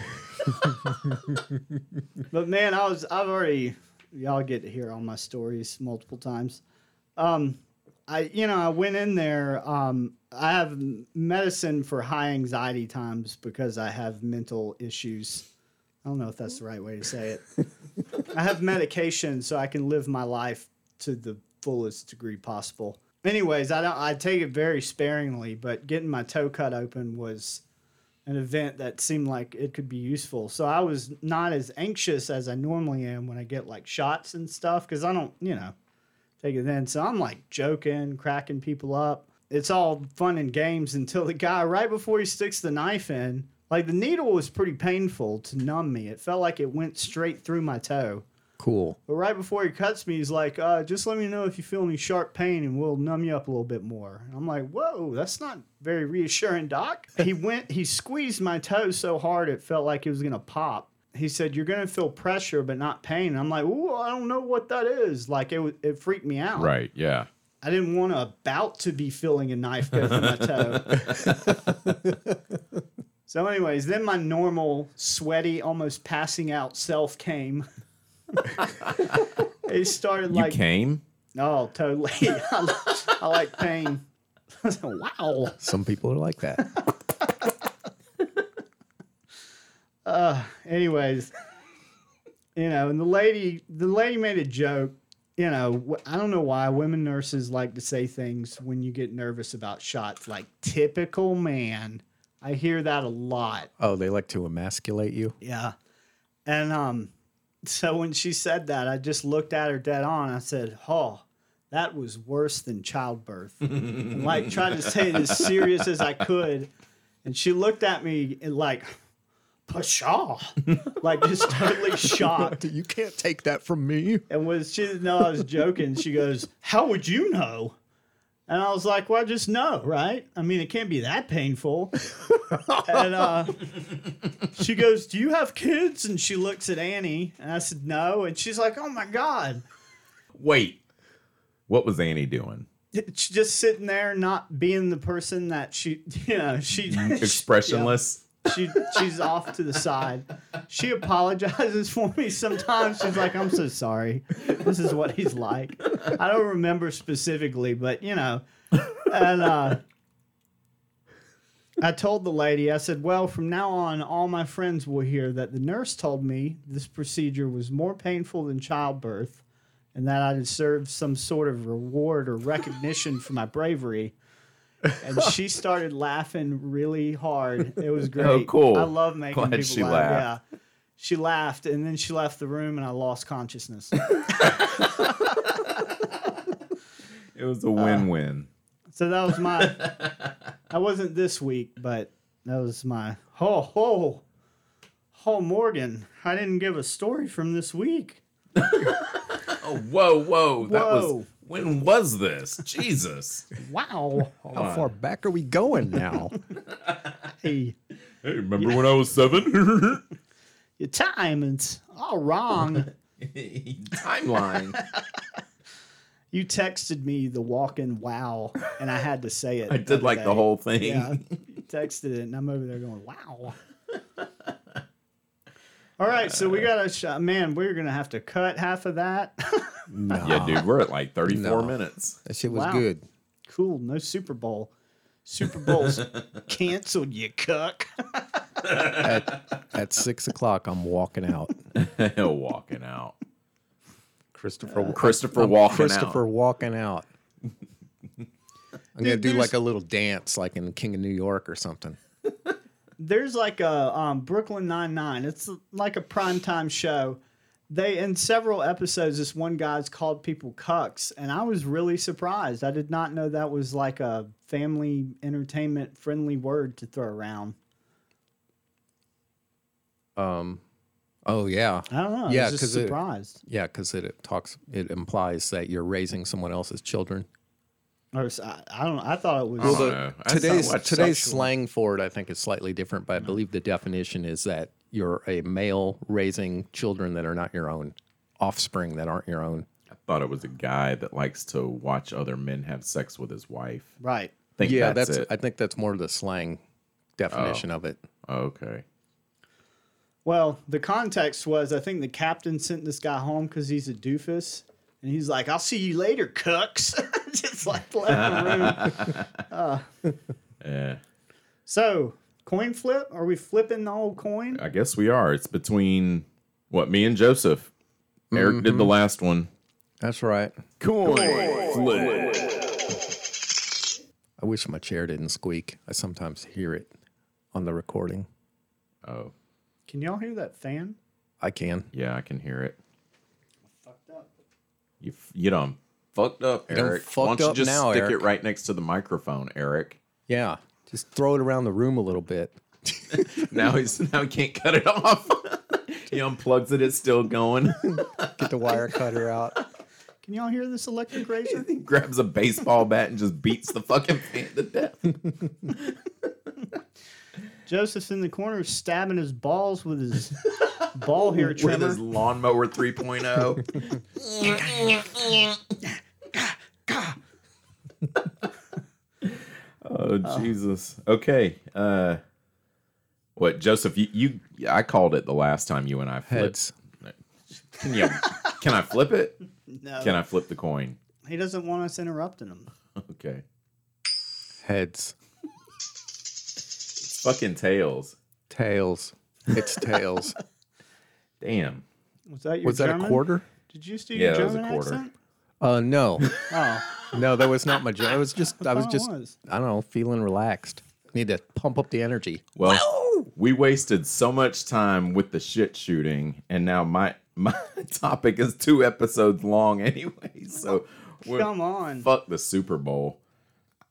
Speaker 3: but man, I was I've already y'all get to hear all my stories multiple times. Um I you know, I went in there um I have medicine for high anxiety times because I have mental issues. I don't know if that's the right way to say it. I have medication so I can live my life to the fullest degree possible. Anyways, I don't I take it very sparingly, but getting my toe cut open was an event that seemed like it could be useful. So I was not as anxious as I normally am when I get like shots and stuff because I don't, you know, take it then. So I'm like joking, cracking people up. It's all fun and games until the guy, right before he sticks the knife in, like the needle was pretty painful to numb me. It felt like it went straight through my toe.
Speaker 4: Cool.
Speaker 3: But right before he cuts me, he's like, uh, just let me know if you feel any sharp pain and we'll numb you up a little bit more. And I'm like, whoa, that's not very reassuring, doc. he went, he squeezed my toe so hard it felt like it was going to pop. He said, you're going to feel pressure, but not pain. And I'm like, ooh, I don't know what that is. Like, it, wa- it freaked me out.
Speaker 2: Right, yeah.
Speaker 3: I didn't want to about to be feeling a knife go through my toe. so, anyways, then my normal sweaty, almost passing out self came. it started
Speaker 2: You
Speaker 3: like,
Speaker 2: came?
Speaker 3: oh, totally. I, like- I like pain. wow.
Speaker 4: Some people are like that.
Speaker 3: anyways, you know, and the lady, the lady made a joke. You know, wh- I don't know why women nurses like to say things when you get nervous about shots, like typical man. I hear that a lot.
Speaker 4: Oh, they like to emasculate you.
Speaker 3: Yeah. And um, so when she said that, I just looked at her dead on. I said, "Oh, that was worse than childbirth." and, like tried to say it as serious as I could, and she looked at me and like, "Pshaw," like just totally shocked.
Speaker 4: You can't take that from me.
Speaker 3: And was she didn't know I was joking? She goes, "How would you know?" And I was like, "Well, I just know, right? I mean, it can't be that painful." and uh, she goes, "Do you have kids?" And she looks at Annie, and I said, "No." And she's like, "Oh my god!"
Speaker 2: Wait. What was Annie doing?
Speaker 3: She's just sitting there, not being the person that she, you know, she
Speaker 2: Expressionless.
Speaker 3: She she's off to the side. She apologizes for me sometimes. She's like, "I'm so sorry. This is what he's like." I don't remember specifically, but you know, and uh, I told the lady, I said, "Well, from now on, all my friends will hear that the nurse told me this procedure was more painful than childbirth, and that I deserved some sort of reward or recognition for my bravery." And she started laughing really hard. It was great.
Speaker 2: cool.
Speaker 3: I love making
Speaker 2: Glad
Speaker 3: people
Speaker 2: she
Speaker 3: laugh.
Speaker 2: laughed.
Speaker 3: Yeah. She laughed and then she left the room and I lost consciousness.
Speaker 2: It was a win win.
Speaker 3: So that was my. that wasn't this week, but that was my. Ho ho, ho Morgan! I didn't give a story from this week.
Speaker 2: oh, whoa, whoa. That was
Speaker 3: Whoa.
Speaker 2: when was this? Jesus.
Speaker 3: Wow.
Speaker 4: How far back are we going now?
Speaker 3: hey,
Speaker 2: Hey, remember when I was seven?
Speaker 3: your timing's all wrong.
Speaker 2: Timeline.
Speaker 3: you texted me the walking wow, and I had to say it.
Speaker 2: I did
Speaker 3: other
Speaker 2: like the
Speaker 3: day.
Speaker 2: whole thing.
Speaker 3: Yeah, you texted it, and I'm over there going wow. All right, so we got a shot. Man, we're gonna have to cut half of that.
Speaker 4: No.
Speaker 2: Yeah, dude, we're at like 34
Speaker 4: No.
Speaker 2: minutes.
Speaker 4: That shit was
Speaker 3: Wow.
Speaker 4: good.
Speaker 3: cool, no Super Bowl. Super Bowl's canceled, you cuck.
Speaker 4: At, at six o'clock, I'm walking out.
Speaker 2: walking out.
Speaker 4: Christopher,
Speaker 2: Christopher
Speaker 4: I'm
Speaker 2: walking
Speaker 4: Christopher
Speaker 2: out.
Speaker 4: walking out. I'm gonna
Speaker 3: Dude,
Speaker 4: do
Speaker 3: there's-
Speaker 4: like a little dance, like in King of New York or something.
Speaker 3: There's like a um, Brooklyn Nine Nine. It's like a primetime show, they in several episodes this one guy's called people cucks and i was really surprised i did not know that was like a family entertainment friendly word to throw around
Speaker 4: Um, oh yeah,
Speaker 3: i don't know i
Speaker 4: Yeah,
Speaker 3: was
Speaker 4: 'cause
Speaker 3: just
Speaker 4: it-
Speaker 3: surprised
Speaker 4: yeah, because it, it talks. It implies that you're raising someone else's children.
Speaker 3: or s- I, I don't i thought it was
Speaker 2: Well, the- Uh, that's not
Speaker 4: today's
Speaker 2: what's
Speaker 4: today's
Speaker 2: sexual.
Speaker 4: slang for it, I think, is slightly different, but I believe the definition is that you're a male raising children that are not your own, offspring that aren't your own.
Speaker 2: I thought it was a guy that likes to watch other men have sex with his wife.
Speaker 3: right
Speaker 2: I think
Speaker 4: yeah,
Speaker 2: that's,
Speaker 4: that's. Oh.
Speaker 2: it.
Speaker 4: I think that's more the slang definition of it.
Speaker 2: Oh, okay.
Speaker 3: Well, the context was I think the captain sent this guy home because he's a doofus. And he's like, I'll see you later, cucks. Just like left the room.
Speaker 2: Yeah.
Speaker 3: So, coin flip? Are we flipping the old coin?
Speaker 2: I guess we are. It's between what me and Joseph. Eric did
Speaker 4: Mm-hmm.
Speaker 2: the last one.
Speaker 4: That's right.
Speaker 2: Coin flip.
Speaker 4: I wish my chair didn't squeak. I sometimes hear it on the recording.
Speaker 2: Oh,
Speaker 3: Can y'all hear that fan?
Speaker 4: I can.
Speaker 2: yeah, I can hear it.
Speaker 3: Fucked up.
Speaker 2: You f- you done fucked up,
Speaker 4: done
Speaker 2: Eric.
Speaker 4: fucked
Speaker 2: Why don't you
Speaker 4: up
Speaker 2: just
Speaker 4: now,
Speaker 2: stick
Speaker 4: Eric.
Speaker 2: it right next to the microphone, Eric?
Speaker 4: Yeah, just throw it around the room a little bit.
Speaker 2: Now he's now he can't cut it off. he unplugs it; it's still going.
Speaker 4: Get the wire cutter out.
Speaker 3: Can y'all hear this electric razor?
Speaker 2: he grabs a baseball bat and just beats the fucking fan to death.
Speaker 3: Joseph's in the corner stabbing his balls with his ball hair
Speaker 2: With
Speaker 3: trimmer.
Speaker 2: his lawnmower 3.0. oh Jesus. Okay. Uh what Joseph, you, you I called it the last time you and I flipped.
Speaker 4: Heads.
Speaker 2: Can you can I flip it?
Speaker 3: No,
Speaker 2: Can I flip the coin?
Speaker 3: he doesn't want us interrupting him.
Speaker 2: Okay.
Speaker 4: Heads.
Speaker 2: It's fucking tails.
Speaker 4: Tails. It's tails.
Speaker 2: Damn.
Speaker 3: Was that your
Speaker 4: Was that
Speaker 3: German?
Speaker 4: a quarter?
Speaker 3: Did you just do your
Speaker 2: Yeah, that was a
Speaker 3: German
Speaker 2: quarter.
Speaker 3: accent?
Speaker 4: Uh, no,
Speaker 3: Oh,
Speaker 4: no, that was not my job. I was just, I was
Speaker 3: thought it
Speaker 4: just,
Speaker 3: was.
Speaker 4: I don't know, feeling relaxed. Need to pump up the energy.
Speaker 2: Well, we wasted so much time with the shit shooting, and now my my topic is two episodes long anyway. So we're-
Speaker 3: come on.
Speaker 2: fuck the Super Bowl.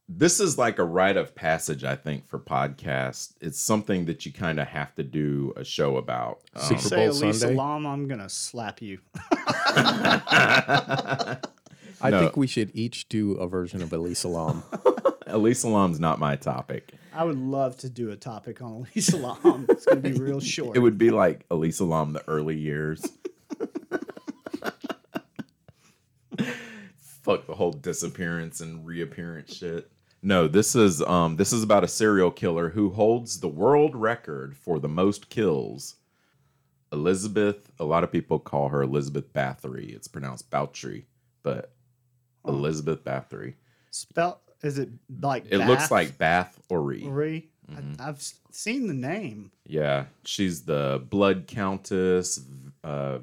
Speaker 2: This is like a rite of passage, I think, for podcasts. It's something that you kind of have to do a show about. Um,
Speaker 4: Super
Speaker 3: Say
Speaker 4: Bowl
Speaker 3: Elisa
Speaker 4: Sunday.
Speaker 3: Lam, I'm gonna slap you.
Speaker 4: I
Speaker 2: No.
Speaker 4: think we should each do a version of Elise Lam.
Speaker 2: Elise Alam's Um, not my topic.
Speaker 3: I would love to do a topic on Elisa Lam. It's gonna be real short.
Speaker 2: It would be like Elise Alam the early years. Fuck the whole disappearance and reappearance shit. No, this is um this is about a serial killer who holds the world record for the most kills. Elizabeth, a lot of people call her Elizabeth Bathory. It's pronounced Bouchery, but Elizabeth Bathory.
Speaker 3: Um, Spell is it like
Speaker 2: It looks like Mm-hmm. Bathory.
Speaker 3: Bathory? I, I've s- seen the name.
Speaker 2: Yeah, she's the blood countess. Uh,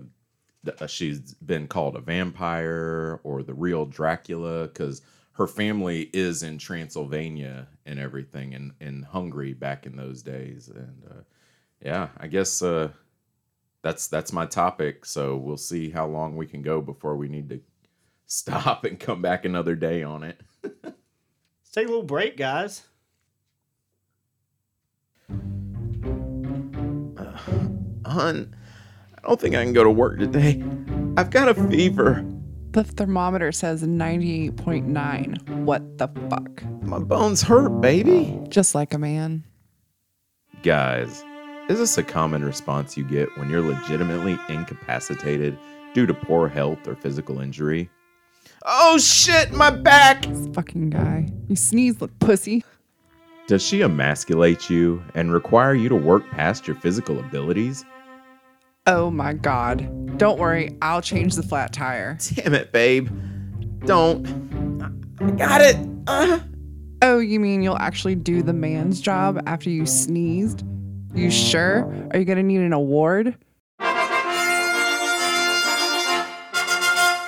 Speaker 2: th- she's been called a vampire or the real Dracula because her family is in Transylvania and everything, and in Hungary back in those days. And uh, yeah, I guess uh, that's that's my topic. So we'll see how long we can go before we need to stop and come back another day on it.
Speaker 3: Let's take a little break, guys.
Speaker 2: Hun, I don't think I can go to work today. I've got a fever.
Speaker 6: The thermometer says 98.9. What the fuck?
Speaker 2: My bones hurt, baby.
Speaker 6: Just like a man.
Speaker 2: Guys, is this a common response you get when you're legitimately incapacitated due to poor health or physical injury? Oh shit, my back!
Speaker 6: This fucking guy. You sneeze, little pussy.
Speaker 2: Does she emasculate you and require you to work past your physical abilities?
Speaker 6: Oh my god. Don't worry, I'll change the flat tire.
Speaker 2: Damn it, babe. Don't. I got it!
Speaker 6: Oh, you mean you'll actually do the man's job after you sneezed? You sure? Are you gonna need an award?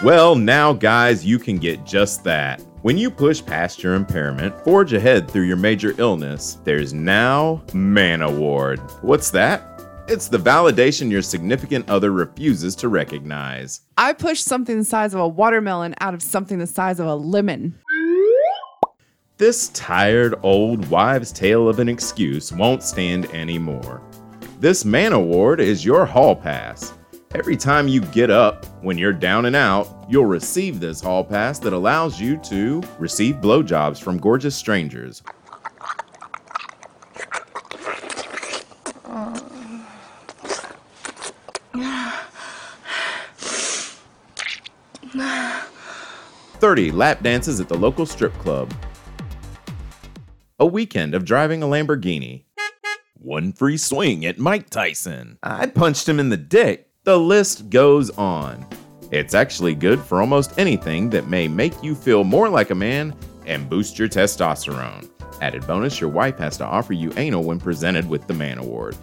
Speaker 2: Well, now, guys, you can get just that. When you push past your impairment, forge ahead through your major illness, there's now Man Award. What's that? It's the validation your significant other refuses to recognize.
Speaker 6: I pushed something the size of a watermelon out of something the size of a lemon.
Speaker 2: This tired old wives' tale of an excuse won't stand anymore. This man award is your hall pass. Every time you get up when you're down and out, you'll receive this hall pass that allows you to receive blowjobs from gorgeous strangers. Thirty lap dances at the local strip club a weekend of driving a Lamborghini, one free swing at Mike Tyson. I punched him in the dick. The list goes on. It's actually good for almost anything that may make you feel more like a man and boost your testosterone. Added bonus, your wife has to offer you anal when presented with the Man Award.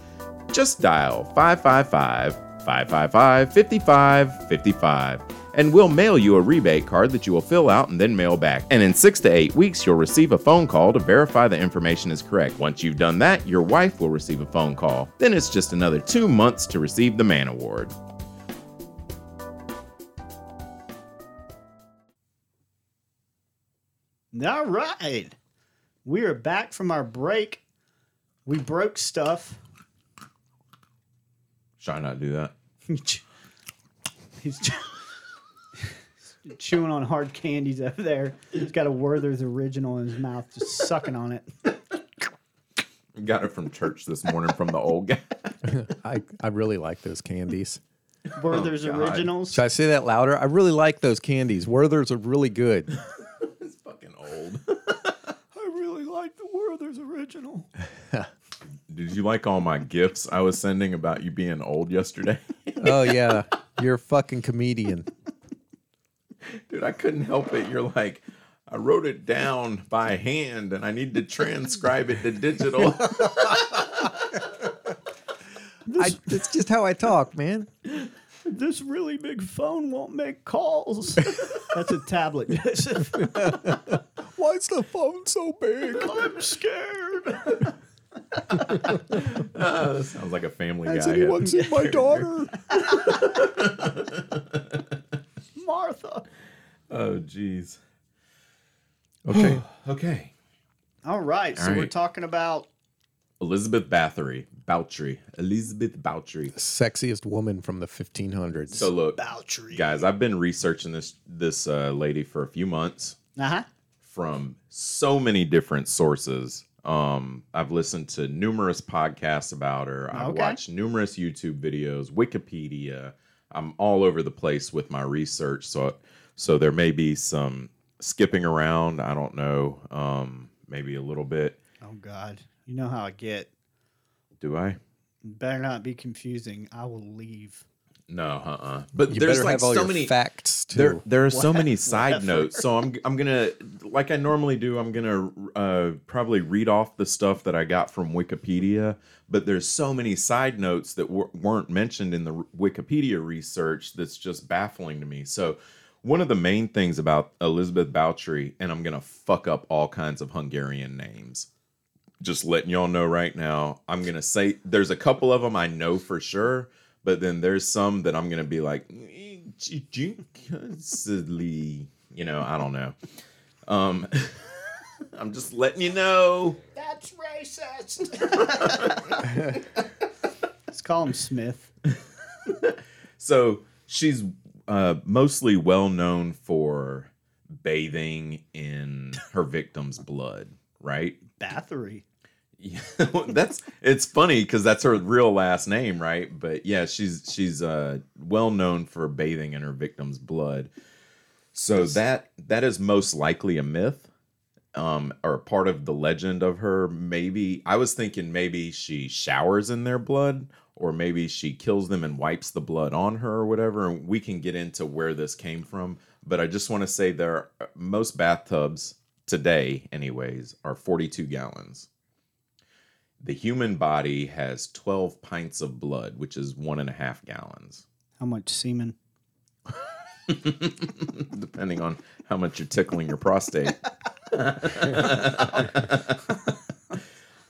Speaker 2: Just dial 555 555 5555 and we'll mail you a rebate card that you will fill out and then mail back. And in six to eight weeks, you'll receive a phone call to verify the information is correct. Once you've done that, your wife will receive a phone call. Then it's just another two months to receive the Man Award.
Speaker 3: All right. We are back from our break. We broke stuff.
Speaker 2: Should I not do that?
Speaker 3: He's chew- chewing on hard candies over there. He's got a Werther's original in his mouth, just sucking on it.
Speaker 2: Got it from church this morning from the old guy.
Speaker 4: I, I really like those candies.
Speaker 3: Werther's
Speaker 2: God.
Speaker 3: originals.
Speaker 4: Should I say that louder? I really like those candies. Werther's are really good.
Speaker 2: It's fucking old.
Speaker 3: I really like the Werther's original.
Speaker 2: Did you like all my gifts I was sending about you being old yesterday?
Speaker 4: Oh yeah, you're a fucking comedian.
Speaker 2: Dude, I couldn't help it. You're like, I wrote it down by hand and I need to transcribe it to digital.
Speaker 4: I, it's just how I talk, man.
Speaker 3: This really big phone won't make calls. That's a tablet. Joseph.
Speaker 4: Why is the phone so big?
Speaker 3: I'm scared.
Speaker 2: Sounds like a family
Speaker 4: Has
Speaker 2: guy.
Speaker 4: anyone seen my daughter?
Speaker 3: Martha.
Speaker 2: Oh, jeez.
Speaker 4: Okay.
Speaker 2: Okay.
Speaker 3: All right. So
Speaker 2: All
Speaker 3: we're
Speaker 2: right.
Speaker 3: talking about
Speaker 2: Elizabeth Bathory. Bouchery. Elizabeth Bouchery.
Speaker 4: Sexiest woman from the 1500s.
Speaker 2: So look,
Speaker 3: Bouchery.
Speaker 2: guys, I've been researching this this uh, lady for a few months
Speaker 3: Uh huh.
Speaker 2: from so many different sources. Um, I've listened to numerous podcasts about her. I've
Speaker 3: Okay.
Speaker 2: watched numerous YouTube videos, Wikipedia. I'm all over the place with my research, so so there may be some skipping around. I don't know. Um, maybe a little bit.
Speaker 3: Oh God. You know how I get.
Speaker 2: Do I?
Speaker 3: Better not be confusing. I will leave.
Speaker 2: No, uh, uh But
Speaker 4: you
Speaker 2: there's
Speaker 4: better
Speaker 2: like
Speaker 4: have all
Speaker 2: so
Speaker 4: your
Speaker 2: many
Speaker 4: facts too.
Speaker 2: There, there are so many side
Speaker 3: Whatever.
Speaker 2: notes. So I'm, I'm gonna, like I normally do, I'm gonna uh, probably read off the stuff that I got from Wikipedia. But there's so many side notes that w- weren't mentioned in the r- Wikipedia research that's just baffling to me. So one of the main things about Elizabeth Bouchery, and I'm gonna fuck up all kinds of Hungarian names. Just letting y'all know right now, I'm gonna say there's a couple of them I know for sure but then there's some that I'm gonna be like, "Judiciously," you know, I don't know. Um, I'm just letting you know.
Speaker 3: That's racist. Let's call him Smith.
Speaker 2: So she's uh, mostly well known for bathing in her victim's blood, right?
Speaker 3: Bathory.
Speaker 2: Yeah, that's it's funny because that's her real last name, right? But yeah, she's she's uh well known for bathing in her victim's blood. So that that is most likely a myth, um, or part of the legend of her. Maybe I was thinking maybe she showers in their blood, or maybe she kills them and wipes the blood on her, or whatever. And we can get into where this came from. But I just want to say there are, most bathtubs today, anyways, are forty-two gallons the human body has 12 pints of blood, which is one and a half gallons,
Speaker 3: How much semen?
Speaker 2: depending on how much you're tickling your prostate.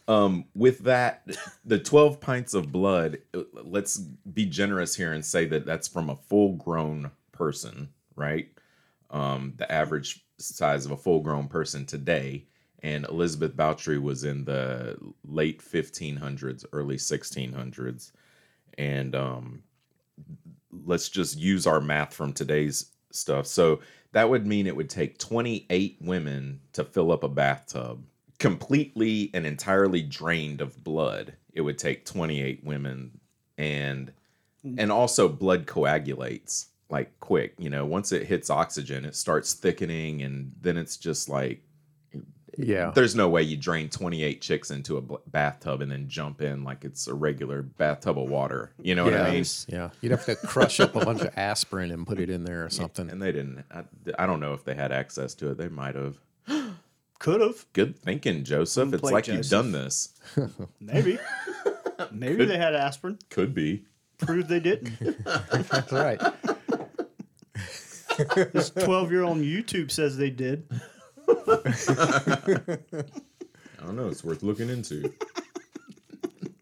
Speaker 2: Um, with that, the 12 pints of blood, uh, let's be generous here and say that that's from a full grown person, right? Um, the average size of a full grown person today. And Elizabeth Bowtry was in the late 1500s, early 1600s. And um, let's just use our math from today's stuff. So that would mean it would take 28 women to fill up a bathtub completely and entirely drained of blood. It would take 28 women and and also blood coagulates like quick, you know, once it hits oxygen, it starts thickening and then it's just like
Speaker 4: Yeah.
Speaker 2: there's no way you drain 28 chicks into a bl- bathtub and then jump in like it's a regular bathtub of water. You know what I mean?
Speaker 4: Yeah. You'd have to crush up a bunch of aspirin and put it in there or something.
Speaker 2: And they didn't. I, I don't know if they had access to it. They might have.
Speaker 3: Could have.
Speaker 2: Good thinking, Joseph. It's
Speaker 3: play
Speaker 2: like you've
Speaker 3: Joseph.
Speaker 2: done this.
Speaker 3: Maybe. Maybe they had aspirin.
Speaker 2: Could be.
Speaker 3: Prove they didn't.
Speaker 4: That's right.
Speaker 3: This 12 year old on YouTube says they did.
Speaker 2: I don't know. It's worth looking into.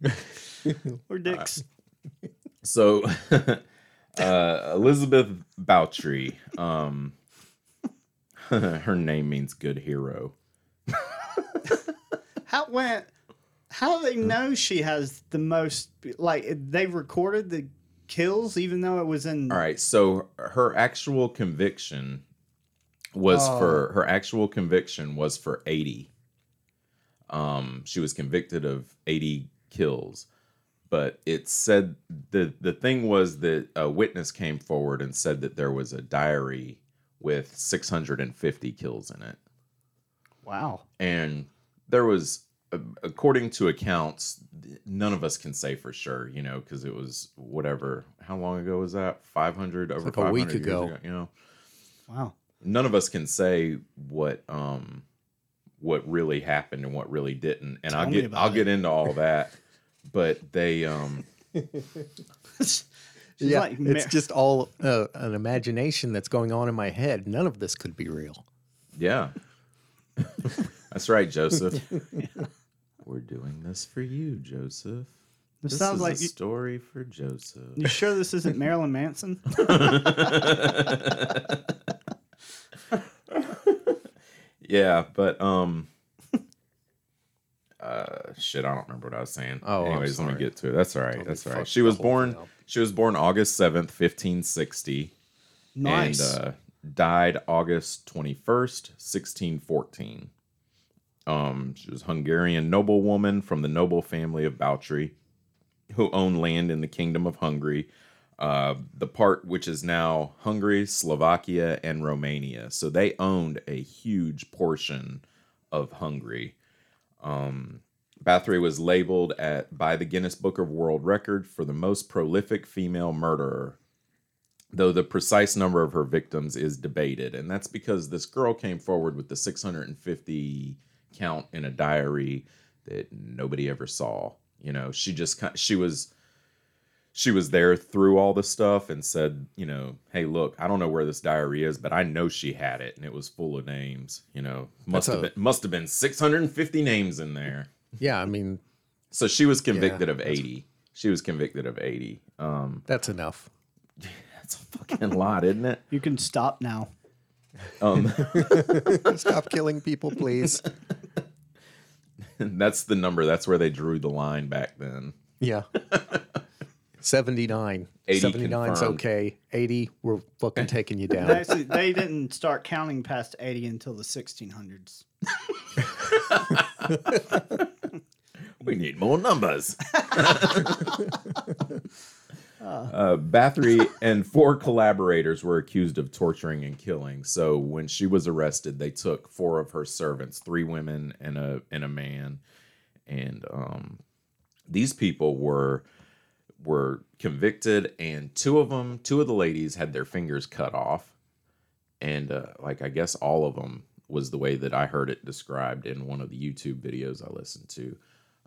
Speaker 2: Uh,
Speaker 3: Or dicks.
Speaker 2: so, uh, Elizabeth Bowtry. Um, her name means good hero.
Speaker 3: How went? How do they know she has the most? Like they recorded the kills, even though it was in.
Speaker 2: All right. So her actual conviction was for her actual conviction was for 80. Um, she was convicted of 80 kills, but it said the the thing was that a witness came forward and said that there was a diary with 650 kills in it
Speaker 3: Wow.
Speaker 2: and there was a- according to accounts th- none of us can say for sure you know because it was whatever how long ago was that 500 over
Speaker 4: like a
Speaker 2: 500
Speaker 4: week
Speaker 2: years
Speaker 4: ago.
Speaker 2: you know
Speaker 3: Wow.
Speaker 2: none of us can say what um what really happened and what really didn't and i'll
Speaker 3: me
Speaker 2: get
Speaker 3: about
Speaker 2: i'll
Speaker 3: it.
Speaker 2: get into all that but they um
Speaker 3: She's
Speaker 4: yeah,
Speaker 3: like
Speaker 4: it's
Speaker 3: Mar-
Speaker 4: just all uh, an imagination that's going on in my head. None of this could be real.
Speaker 2: yeah that's right joseph we're doing this for you joseph
Speaker 3: This
Speaker 2: this
Speaker 3: sounds
Speaker 2: is
Speaker 3: like
Speaker 2: a
Speaker 3: you-
Speaker 2: story for joseph
Speaker 3: You sure this isn't Marilyn Manson?
Speaker 2: Yeah, but um uh shit, I don't remember what I was saying.
Speaker 4: Oh, I'm
Speaker 2: anyways, let me
Speaker 4: sorry.
Speaker 2: get to it. That's all right.
Speaker 4: Totally
Speaker 2: That's all right.
Speaker 4: fucked
Speaker 2: She
Speaker 4: the
Speaker 2: was
Speaker 4: whole
Speaker 2: born
Speaker 4: thing up.
Speaker 2: she was born August 7th, 1560
Speaker 3: Nice.
Speaker 2: and uh died August 21st, 1614. Um she was Hungarian noblewoman from the noble family of Bouchery who owned land in the kingdom of Hungary. Uh, the part which is now Hungary, Slovakia, and Romania. So they owned a huge portion of Hungary. Um, Bathory was labeled at by the Guinness Book of World Record for the most prolific female murderer, though the precise number of her victims is debated, and that's because this girl came forward with the 650 count in a diary that nobody ever saw. You know, she just ki- she was she was there through all the stuff and said, you know, hey, look, I don't know where this diary is, but I know she had it, and it was full of names. You know, must
Speaker 4: That's
Speaker 2: have
Speaker 4: a-
Speaker 2: been must have been 650 names in there.
Speaker 4: Yeah, I mean
Speaker 2: So she was convicted of 80. She was convicted of 80. Um,
Speaker 4: that's enough.
Speaker 2: that's a fucking lot, isn't it?
Speaker 3: you can stop now.
Speaker 2: Um,
Speaker 4: Stop killing people, please.
Speaker 2: that's the number. That's where they drew the line back then.
Speaker 4: Yeah. 79.
Speaker 2: 80
Speaker 4: 79's
Speaker 2: confirmed.
Speaker 4: okay. 80, we're fucking taking you down.
Speaker 3: Actually, they didn't start counting past 80 until the 1600s.
Speaker 2: We need more numbers. uh, Bathory and four collaborators were accused of torturing and killing. So when she was arrested, they took four of her servants, three women and a and a man, and um, these people were were convicted, and two of them, two of the ladies, had their fingers cut off, and uh, like I guess all of them was the way that I heard it described in one of the YouTube videos I listened to.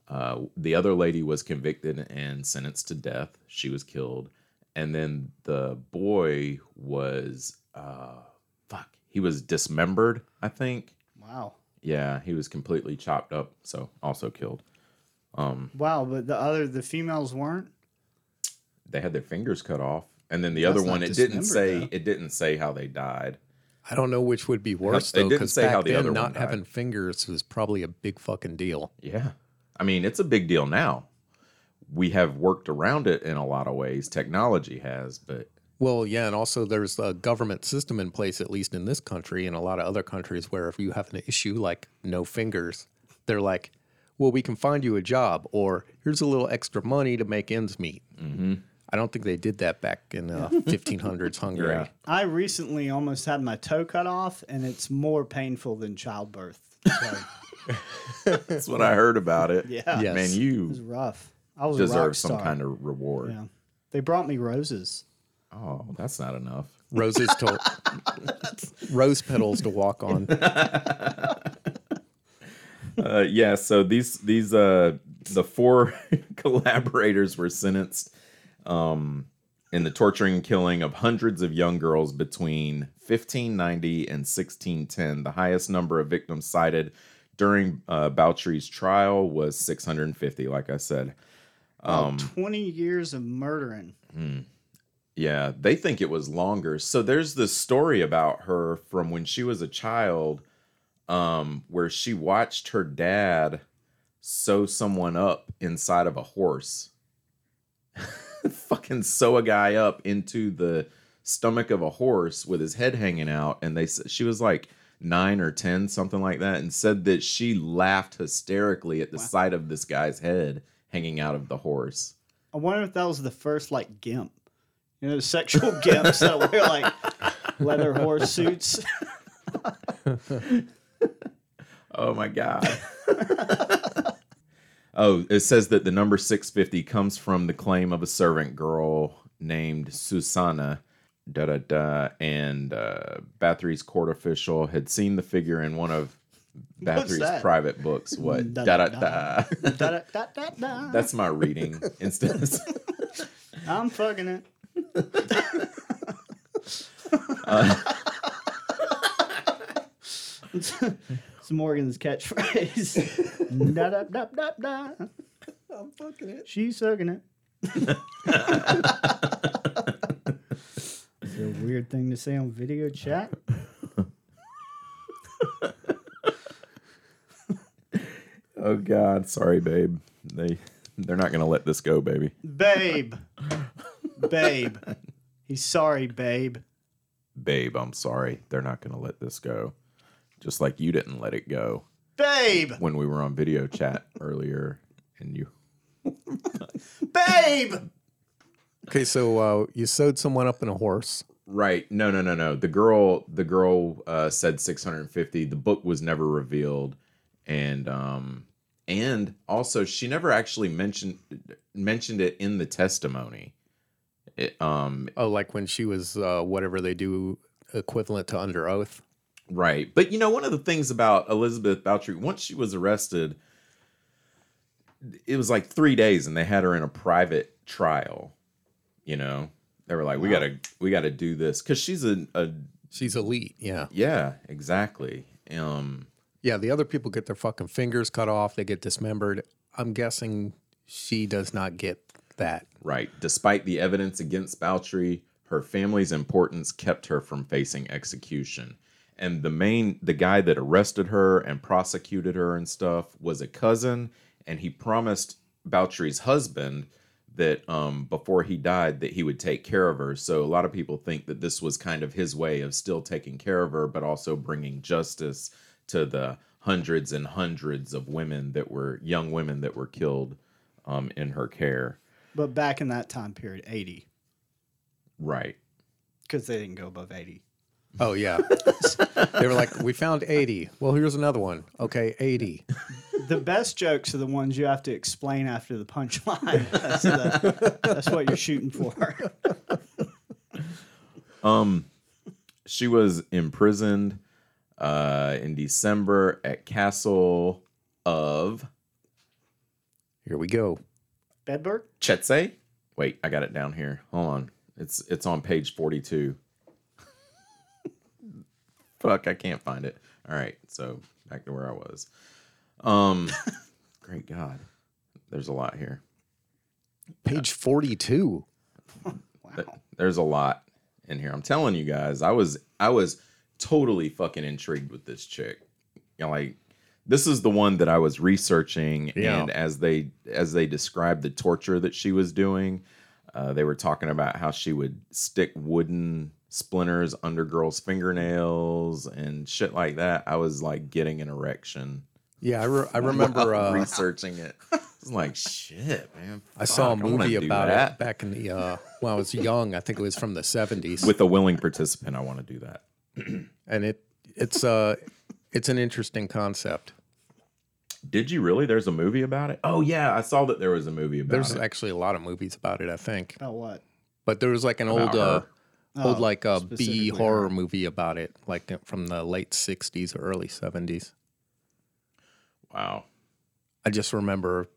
Speaker 2: Uh, the other lady was convicted and sentenced to death. She was killed. And then the boy was, uh, fuck, he was dismembered, I think.
Speaker 3: Wow.
Speaker 2: Yeah, he was completely chopped up, so also killed. Um,
Speaker 3: Wow, but the other the females weren't.
Speaker 2: they had their fingers cut off, and then the
Speaker 3: That's
Speaker 2: other one,
Speaker 3: not
Speaker 2: it didn't
Speaker 3: dismembered,
Speaker 2: say
Speaker 3: though.
Speaker 2: it didn't say how they died.
Speaker 4: I don't know which would be worse
Speaker 2: They
Speaker 4: though,
Speaker 2: didn't
Speaker 4: because
Speaker 2: say
Speaker 4: back
Speaker 2: how the
Speaker 4: then
Speaker 2: other one
Speaker 4: not
Speaker 2: died.
Speaker 4: having fingers was probably a big fucking deal.
Speaker 2: Yeah, I mean it's a big deal now. We have worked around it in a lot of ways. Technology has, but
Speaker 4: Well, yeah, and also there's a government system in place, at least in this country and a lot of other countries, where if you have an issue like no fingers, they're like, "Well, we can find you a job," or "Here's a little extra money to make ends meet." I don't think they did that back in uh, 1500s Hungary.
Speaker 2: Yeah.
Speaker 3: I recently almost had my toe cut off, and it's more painful than childbirth. So,
Speaker 2: that's what I heard about it.
Speaker 3: yeah,
Speaker 4: Yes.
Speaker 2: man,
Speaker 3: it was
Speaker 2: you
Speaker 3: rough. I was a rock
Speaker 2: deserve
Speaker 3: star.
Speaker 2: some kind of reward.
Speaker 3: Yeah, they brought me roses.
Speaker 2: Oh, that's not enough.
Speaker 4: Roses to rose petals to walk on.
Speaker 2: Uh, yeah, so these these uh the four collaborators were sentenced um in the torturing and killing of hundreds of young girls between 1590 and 1610. The highest number of victims cited during uh, Bouchery's trial was 650. Like I said,
Speaker 3: Wow,
Speaker 2: Um,
Speaker 3: Oh, Twenty years of murdering.
Speaker 2: Hmm. Yeah, they think it was longer. So there's this story about her from when she was a child, um, where she watched her dad sew someone up inside of a horse. Fucking sew a guy up into the stomach of a horse with his head hanging out, and they s- she was like nine or ten, something like that, and said that she laughed hysterically at the sight of this guy's head hanging out of the horse.
Speaker 3: I wonder if that was the first like gimp, you know, the sexual gimps that wear like leather horse suits.
Speaker 2: Oh my god. oh, it says that the number 650 comes from the claim of a servant girl named Susanna. Da da da. And uh, Bathory's court official had seen the figure in one of Bathory's
Speaker 3: that?
Speaker 2: private books. What? Da da da.
Speaker 3: Da, da, da, da, da.
Speaker 2: That's my reading instead. of-
Speaker 3: I'm fucking it. it's Morgan's catchphrase. da, da, da, da, da. I'm fucking it. She's sucking it. it's a weird thing to say on video chat.
Speaker 2: oh god, sorry babe. They they're not going to let this go, baby.
Speaker 3: Babe. Babe. He's sorry, babe.
Speaker 2: Babe, I'm sorry. They're not going to let this go. Just like you didn't let it go.
Speaker 3: Babe.
Speaker 2: when we were on video chat earlier and you
Speaker 3: Babe.
Speaker 4: Okay, so uh, you sewed someone up in a horse.
Speaker 2: right no no no no the girl the girl uh, said 650 the book was never revealed and um and also she never actually mentioned mentioned it in the testimony it, um
Speaker 4: Oh, like when she was uh, whatever they do equivalent to under oath.
Speaker 2: Right. But you know, one of the things about Elizabeth Bouchery, once she was arrested, it was like three days and they had her in a private trial. You know? They were like, We gotta we gotta do this. Cause she's a, a
Speaker 4: She's elite. Yeah.
Speaker 2: yeah, exactly. Um
Speaker 4: Yeah. The other people get their fucking fingers cut off, they get dismembered. I'm guessing she does not get that.
Speaker 2: right. Despite the evidence against Bouchery, her family's importance kept her from facing execution. And the main the guy that arrested her and prosecuted her and stuff was a cousin, and he promised Bouchery's husband that um, before he died that he would take care of her. So a lot of people think that this was kind of his way of still taking care of her, but also bringing justice to the hundreds and hundreds of women that were young women that were killed um, in her care.
Speaker 3: But back in that time period, 80,
Speaker 2: Right.
Speaker 3: because they didn't go above 80.
Speaker 4: Oh, yeah. they were like, we found 80. Well, here's another one. Okay, 80.
Speaker 3: The best jokes are the ones you have to explain after the punchline. That's, the, that's what you're shooting for.
Speaker 2: Um, she was imprisoned uh, in December at Castle of
Speaker 4: Here we go.
Speaker 3: Bedburg?
Speaker 2: Chetse. Wait, I got it down here. Hold on, it's it's on page forty-two. Fuck, I can't find it. All right, so back to where I was. Um, great God, There's a lot here.
Speaker 4: Page 42.
Speaker 2: Th- There's a lot in here. I'm telling you guys, I was I was totally fucking intrigued with this chick. You know, like this is the one that I was researching,
Speaker 4: Yeah.
Speaker 2: and as they as they described the torture that she was doing, uh, they were talking about how she would stick wooden splinters under girls' fingernails and shit like that. I was like getting an erection.
Speaker 4: Yeah, I, re- I remember
Speaker 2: while
Speaker 4: uh,
Speaker 2: researching it. It's like shit, man.
Speaker 4: I saw a
Speaker 2: Fuck, I wanna
Speaker 4: movie
Speaker 2: do
Speaker 4: about
Speaker 2: that.
Speaker 4: it back in the, uh, when I was young. I think it was from the 70s.
Speaker 2: with a willing participant. I want to do that.
Speaker 4: and it it's uh, it's an interesting concept.
Speaker 2: Did you really? There's a movie about it. Oh yeah, I saw that there was a movie about
Speaker 4: There's
Speaker 2: it.
Speaker 4: actually a lot of movies about it, I think.
Speaker 3: About what?
Speaker 4: But there was like an old,
Speaker 2: About
Speaker 4: uh,
Speaker 2: her.
Speaker 4: old like uh, B
Speaker 3: Oh, specifically
Speaker 4: horror movie about it, like uh, from the late '60s or early '70s.
Speaker 2: wow.
Speaker 4: I just remember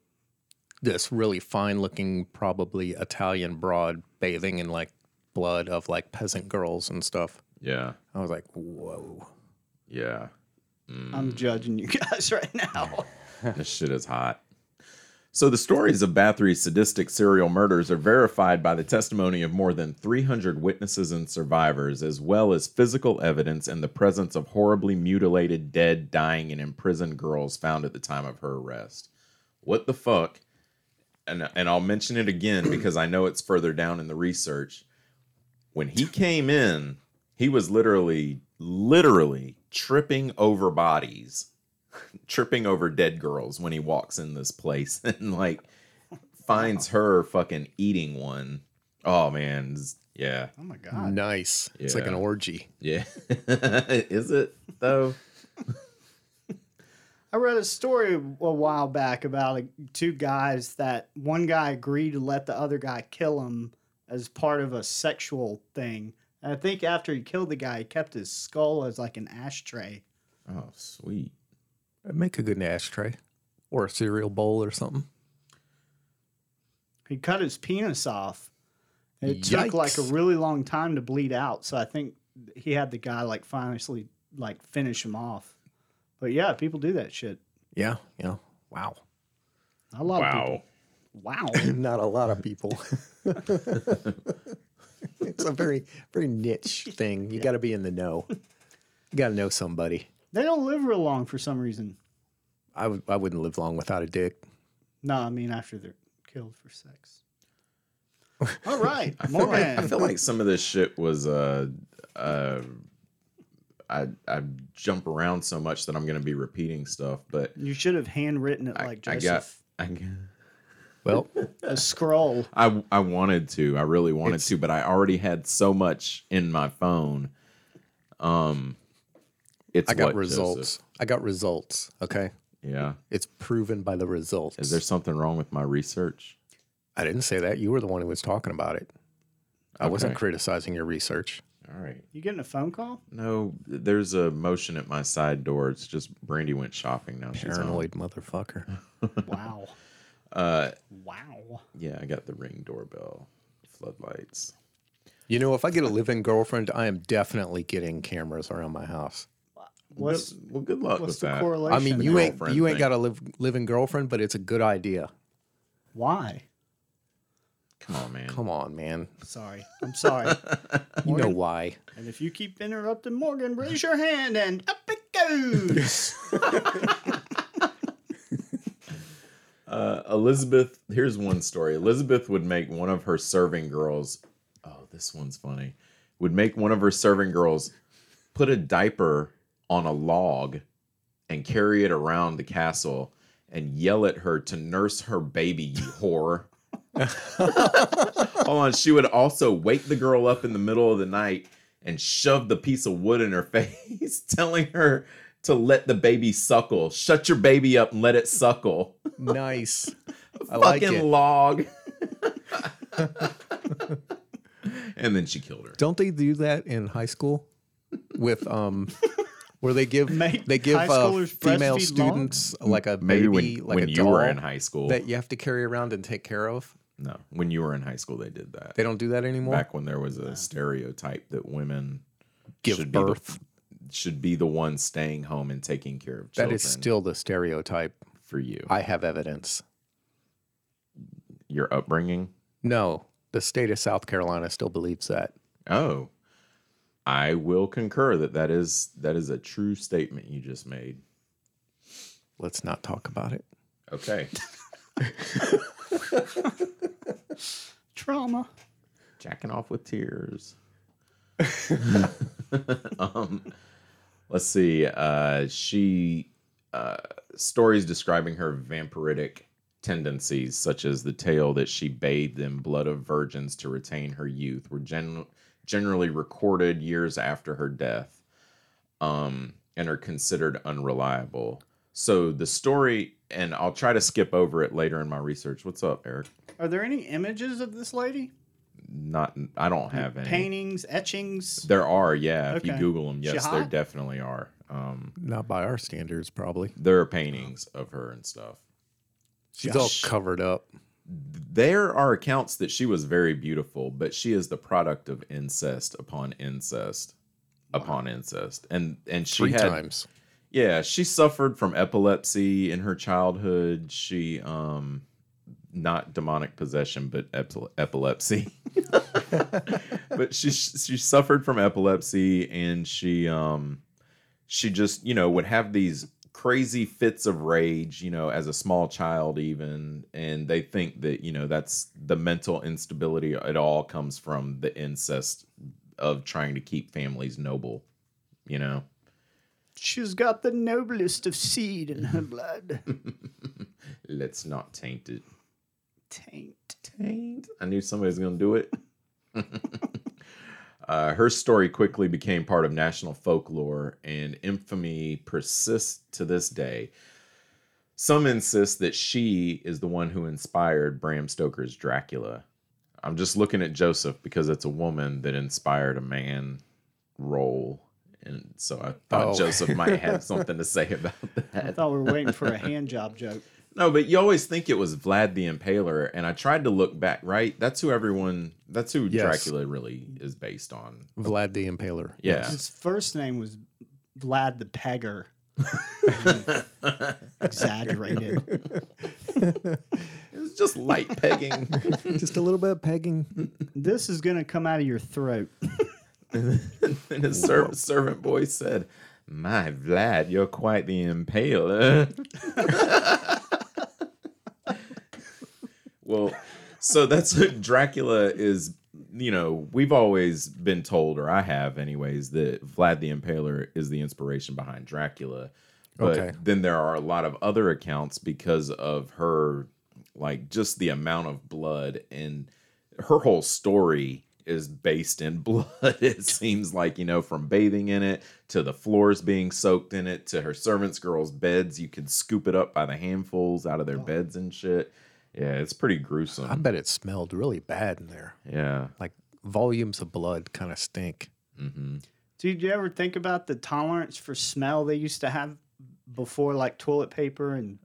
Speaker 4: this really fine-looking, probably Italian broad bathing in like blood of like peasant girls and stuff.
Speaker 2: Yeah.
Speaker 4: I was like, whoa.
Speaker 2: Yeah.
Speaker 3: I'm judging you guys right now.
Speaker 2: this shit is hot. So the stories of Bathory's sadistic serial murders are verified by the testimony of more than 300 witnesses and survivors, as well as physical evidence and the presence of horribly mutilated, dead, dying, and imprisoned girls found at the time of her arrest. What the fuck? And and I'll mention it again because I know it's further down in the research. When he came in, he was literally literally tripping over bodies tripping over dead girls when he walks in this place and like finds her fucking eating one. Oh man, it's- yeah,
Speaker 3: Oh my god.
Speaker 4: Nice. It's like an
Speaker 2: Yeah.
Speaker 4: orgy.
Speaker 2: yeah. Is it though?
Speaker 3: I read a story a while back about like, two guys that one guy agreed to let the other guy kill him as part of a sexual thing. And I think after he killed the guy, he kept his skull as like an ashtray.
Speaker 2: Oh sweet.
Speaker 4: It'd Make a good ashtray or a cereal bowl or something.
Speaker 3: He cut his penis off. And it took like a
Speaker 4: Yikes.
Speaker 3: really long time to bleed out. So I think he had the guy like finally like finish him off. But yeah, people do that shit.
Speaker 4: Yeah. Yeah. Wow.
Speaker 3: A lot of people. Wow.
Speaker 4: Not a lot of people. it's a very, very niche thing. You got to be in the know. You got to know somebody.
Speaker 3: they don't live real long for some reason.
Speaker 4: I w- I wouldn't live long without a dick.
Speaker 3: No, I mean after they're killed for sex. All right,
Speaker 2: I feel, like,
Speaker 3: Morgan.
Speaker 2: I feel like some of this shit was uh uh I I jump around so much that I'm gonna be repeating stuff, but
Speaker 3: you should have handwritten it
Speaker 2: I,
Speaker 3: like
Speaker 2: I got
Speaker 3: Joseph.
Speaker 2: I got
Speaker 4: Well,
Speaker 3: a scroll.
Speaker 2: I I wanted to. I really wanted
Speaker 4: It's-
Speaker 2: to, but I already had so much in my phone. Um, it's
Speaker 4: I got
Speaker 2: what,
Speaker 4: results.
Speaker 2: Joseph?
Speaker 4: I got results. Okay.
Speaker 2: Yeah.
Speaker 4: It's proven by the results.
Speaker 2: Is there something wrong with my research?
Speaker 4: I didn't say that. You were the one who was talking about it. I wasn't
Speaker 2: Okay.
Speaker 4: criticizing your research.
Speaker 2: All right.
Speaker 3: You getting a phone call?
Speaker 2: No, there's a motion at my side door. It's just Brandy went shopping now. She's home.
Speaker 4: Paranoid motherfucker.
Speaker 3: Wow.
Speaker 2: Uh,
Speaker 3: wow.
Speaker 2: yeah, I got the ring doorbell, floodlights.
Speaker 4: You know, if I get a live-in girlfriend, I am definitely getting cameras around my house.
Speaker 3: What's
Speaker 2: Good- well, good luck
Speaker 3: what's
Speaker 2: with
Speaker 3: the
Speaker 2: that.
Speaker 3: correlation?
Speaker 4: I mean, you ain't
Speaker 2: girlfriend
Speaker 4: you ain't
Speaker 2: thing.
Speaker 4: got a live live-in girlfriend, but it's a good idea.
Speaker 3: why?
Speaker 2: Come on, man.
Speaker 4: Come on, man.
Speaker 3: Sorry. I'm sorry.
Speaker 4: You know
Speaker 3: Morgan?
Speaker 4: why?
Speaker 3: And if you keep interrupting Morgan, raise your hand and up it goes.
Speaker 2: Uh, Elizabeth, here's one story. Elizabeth would make one of her serving girls. Oh, this one's funny. Would make one of her serving girls put a diaper on a log and carry it around the castle and yell at her to nurse her baby, you whore. Hold on. She would also wake the girl up in the middle of the night and shove the piece of wood in her face, telling her to let the baby suckle. Shut your baby up and let it suckle
Speaker 4: Nice. I like
Speaker 2: fucking
Speaker 4: it.
Speaker 2: log. and then she killed her.
Speaker 4: Don't they do that in high school? With um, where they give
Speaker 3: Make
Speaker 4: they give
Speaker 3: high
Speaker 4: uh,
Speaker 3: schoolers
Speaker 4: female
Speaker 3: breastfeed long?
Speaker 4: students uh, like a
Speaker 2: Maybe
Speaker 4: baby,
Speaker 2: when,
Speaker 4: like
Speaker 2: when
Speaker 4: a
Speaker 2: you
Speaker 4: doll
Speaker 2: were in high school.
Speaker 4: that you have to carry around and take care of.
Speaker 2: no, when you were in high school, they did that.
Speaker 4: They don't do that anymore.
Speaker 2: Back when there was a stereotype that women
Speaker 4: give
Speaker 2: should be the-
Speaker 4: birth.
Speaker 2: should be the ones staying home and taking care of
Speaker 4: That
Speaker 2: children.
Speaker 4: is still the stereotype.
Speaker 2: for you.
Speaker 4: I have evidence.
Speaker 2: your upbringing?
Speaker 4: No, the state of South Carolina still believes that.
Speaker 2: Oh, I will concur that that is that is a true statement you just made.
Speaker 4: Let's not talk about it.
Speaker 2: Okay,
Speaker 3: Trauma.
Speaker 2: jacking off with tears. um, let's see. Uh, she uh, stories describing her vampiritic tendencies, such as the tale that she bathed in blood of virgins to retain her youth, were gen- generally recorded years after her death, um, and are considered unreliable. So the story, and I'll try to skip over it later in my research. What's up, Eric?
Speaker 3: Are there any images of this lady?
Speaker 2: Not, I don't have any.
Speaker 3: Paintings, etchings.
Speaker 2: There are, yeah. If you
Speaker 3: Okay.
Speaker 2: Google them, yes, there
Speaker 3: hot?
Speaker 2: definitely are. Um,
Speaker 4: Not by our standards, probably.
Speaker 2: there are paintings of her and stuff.
Speaker 4: She's all covered up.
Speaker 2: There are accounts that she was very beautiful, but she is the product of incest upon incest upon incest, and and she
Speaker 4: Three
Speaker 2: had
Speaker 4: times.
Speaker 2: yeah she suffered from epilepsy in her childhood. She um not demonic possession, but epi- epilepsy. but she she suffered from epilepsy, and she um she just you know would have these crazy fits of rage you know as a small child even and they think that you know that's the mental instability it all comes from the incest of trying to keep families noble you know
Speaker 3: She's got the noblest of seed in her blood.
Speaker 2: let's not taint it
Speaker 3: Taint.
Speaker 2: taint. I knew somebody was going to do it. uh, her story quickly became part of national folklore, and infamy persists to this day. Some insist that she is the one who inspired Bram Stoker's Dracula. I'm just looking at Joseph because it's a woman that inspired a man role. And so I thought
Speaker 4: Oh.
Speaker 2: Joseph might have something to say about that.
Speaker 3: I thought we were waiting for a hand job joke.
Speaker 2: No, but you always think it was Vlad the Impaler, and I tried to look back. Right, that's who everyone. That's who
Speaker 4: Yes.
Speaker 2: Dracula really is based on.
Speaker 4: Vlad the Impaler.
Speaker 2: Yeah,
Speaker 3: His first name was Vlad the Pegger. Exaggerated.
Speaker 2: it was just light pegging.
Speaker 4: Just a little bit of pegging.
Speaker 3: This is going to come out of your throat.
Speaker 2: and his ser- servant boy said, "My Vlad, you're quite the Impaler." well, so that's what Dracula is. You know, we've always been told, or I have, anyways, that Vlad the Impaler is the inspiration behind Dracula. But
Speaker 4: Okay.
Speaker 2: then there are a lot of other accounts because of her, like just the amount of blood and her whole story is based in blood. It seems like, you know, from bathing in it to the floors being soaked in it to her servants' girls' beds. You could scoop it up by the handfuls out of
Speaker 3: Oh.
Speaker 2: their beds and shit. Yeah, it's pretty gruesome.
Speaker 4: I bet it smelled really bad in there.
Speaker 2: yeah.
Speaker 4: Like volumes of blood kind of stink.
Speaker 2: hmm
Speaker 3: Dude, you ever think about the tolerance for smell they used to have before, like toilet paper and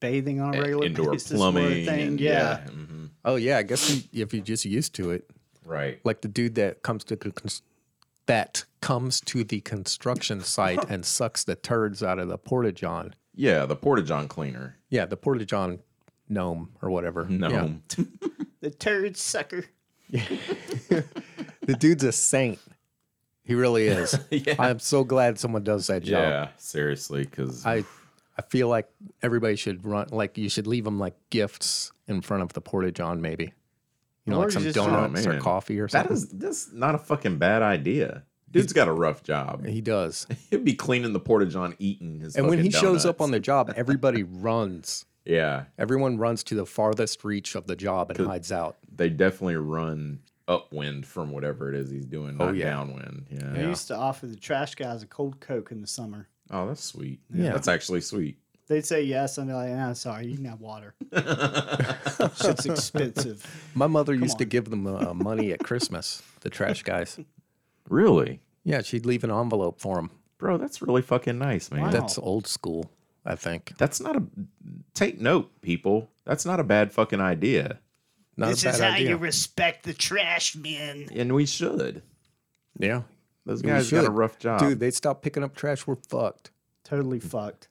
Speaker 3: bathing on a regular
Speaker 2: Eh, Indoor
Speaker 3: basis were a
Speaker 2: plumbing.
Speaker 3: thing?
Speaker 2: and-
Speaker 3: yeah.
Speaker 2: mhm.
Speaker 4: Oh yeah, I guess you, if you're just used to it,
Speaker 2: Right.
Speaker 4: like the dude that comes to con- that comes to the construction site and sucks the turds out of the porta john.
Speaker 2: Yeah, the Porta John cleaner.
Speaker 4: Yeah, the porta john gnome or whatever.
Speaker 2: No.
Speaker 4: Yeah.
Speaker 3: The turd sucker.
Speaker 4: the dude's a saint. He really is.
Speaker 2: Yeah.
Speaker 4: I'm so glad someone does that job.
Speaker 2: Yeah, seriously, because
Speaker 4: I I feel like everybody should run like you should leave them like gifts in front of the porta john maybe. You know,
Speaker 3: Or
Speaker 4: like some
Speaker 3: just- oh,
Speaker 4: donuts or
Speaker 2: man.
Speaker 4: coffee or
Speaker 2: that
Speaker 4: something.
Speaker 2: is that's not a fucking bad idea. Dude's got a rough job.
Speaker 4: he does.
Speaker 2: He'd be cleaning the Porta John, eating his.
Speaker 4: And when he
Speaker 2: fucking
Speaker 4: shows up
Speaker 2: donuts.
Speaker 4: on the job, everybody runs.
Speaker 2: yeah,
Speaker 4: Everyone runs to the farthest reach of the job and hides out.
Speaker 2: they definitely run upwind from whatever it is he's doing, not
Speaker 4: Oh, yeah.
Speaker 2: downwind. Yeah.
Speaker 3: They used to offer the trash guys a cold Coke in the summer.
Speaker 2: Oh, that's sweet.
Speaker 4: Yeah.
Speaker 2: that's actually sweet.
Speaker 3: They'd say yes, and they're like, "Nah, sorry, you can have water. Shit's expensive."
Speaker 4: My mother used to
Speaker 3: on.
Speaker 4: give them uh, money at Christmas, the trash guys.
Speaker 2: Really,
Speaker 4: Yeah, she'd leave an envelope for them.
Speaker 2: bro, that's really fucking nice, man.
Speaker 3: Wow.
Speaker 4: That's old school, I think.
Speaker 2: That's not a take note, people. That's not a bad fucking idea,
Speaker 4: Not a bad idea.
Speaker 3: respect the trash men.
Speaker 2: and we should.
Speaker 4: yeah.
Speaker 2: Those
Speaker 4: We
Speaker 2: guys got a
Speaker 4: should.
Speaker 2: rough job,
Speaker 4: Dude, they stopped picking up trash. We're fucked.
Speaker 3: Totally fucked.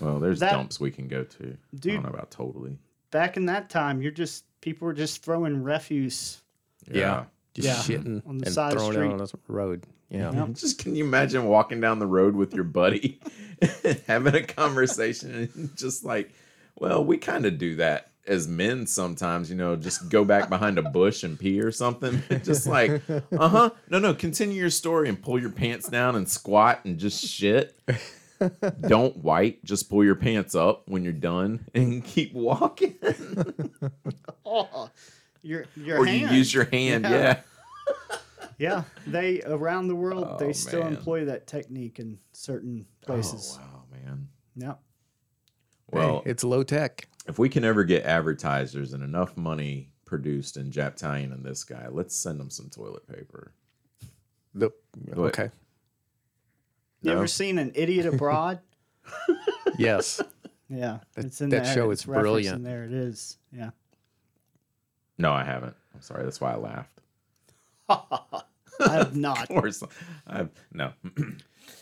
Speaker 2: Well, there's
Speaker 3: That-
Speaker 2: dumps we can go to. I
Speaker 3: Dude.
Speaker 2: don't know about totally.
Speaker 3: back in that time, you're just people were just throwing refuse.
Speaker 4: Yeah. Just
Speaker 3: Yeah.
Speaker 4: shitting
Speaker 3: On the
Speaker 4: and
Speaker 3: side of the
Speaker 4: throwing
Speaker 3: street.
Speaker 4: it on the road. Yeah.
Speaker 3: Yep.
Speaker 2: Just can you imagine walking down the road with your buddy, having a conversation, and just like, well, we kind of do that as men sometimes, you know, just go back behind a bush and pee or something. just like, uh huh, no, no, continue your story and pull your pants down and squat and just shit. Don't wipe, just pull your pants up when you're done and keep walking.
Speaker 3: Oh, your your
Speaker 2: or
Speaker 3: hand.
Speaker 2: you use your hand,
Speaker 3: Yeah.
Speaker 2: yeah.
Speaker 3: yeah, they around the world
Speaker 2: Oh,
Speaker 3: they still
Speaker 2: man.
Speaker 3: employ that technique in certain places.
Speaker 2: Oh, wow, man.
Speaker 3: Yeah.
Speaker 2: Well,
Speaker 4: hey, it's low tech.
Speaker 2: if we can ever get advertisers and enough money produced in Japtalion and this guy, let's send them some toilet paper.
Speaker 4: The, okay.
Speaker 3: You
Speaker 2: No.
Speaker 3: ever seen an idiot abroad?
Speaker 4: Yes.
Speaker 3: yeah,
Speaker 4: That-
Speaker 3: it's in
Speaker 4: that
Speaker 3: there.
Speaker 4: show
Speaker 3: it's
Speaker 4: is
Speaker 3: referenced
Speaker 4: brilliant.
Speaker 3: in There it is. Yeah.
Speaker 2: No, I haven't. I'm sorry. That's why I laughed.
Speaker 3: I have not.
Speaker 2: Of course, I've no.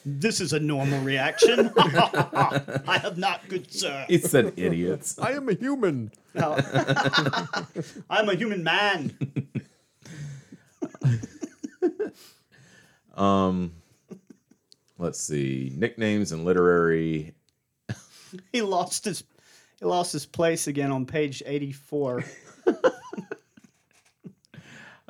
Speaker 3: This is a normal reaction. I have not, good sir.
Speaker 2: He said idiots.
Speaker 4: I am a human.
Speaker 3: No. I'm a human man.
Speaker 2: Um, let's see nicknames and literary.
Speaker 3: He lost his he lost his place again on page 84.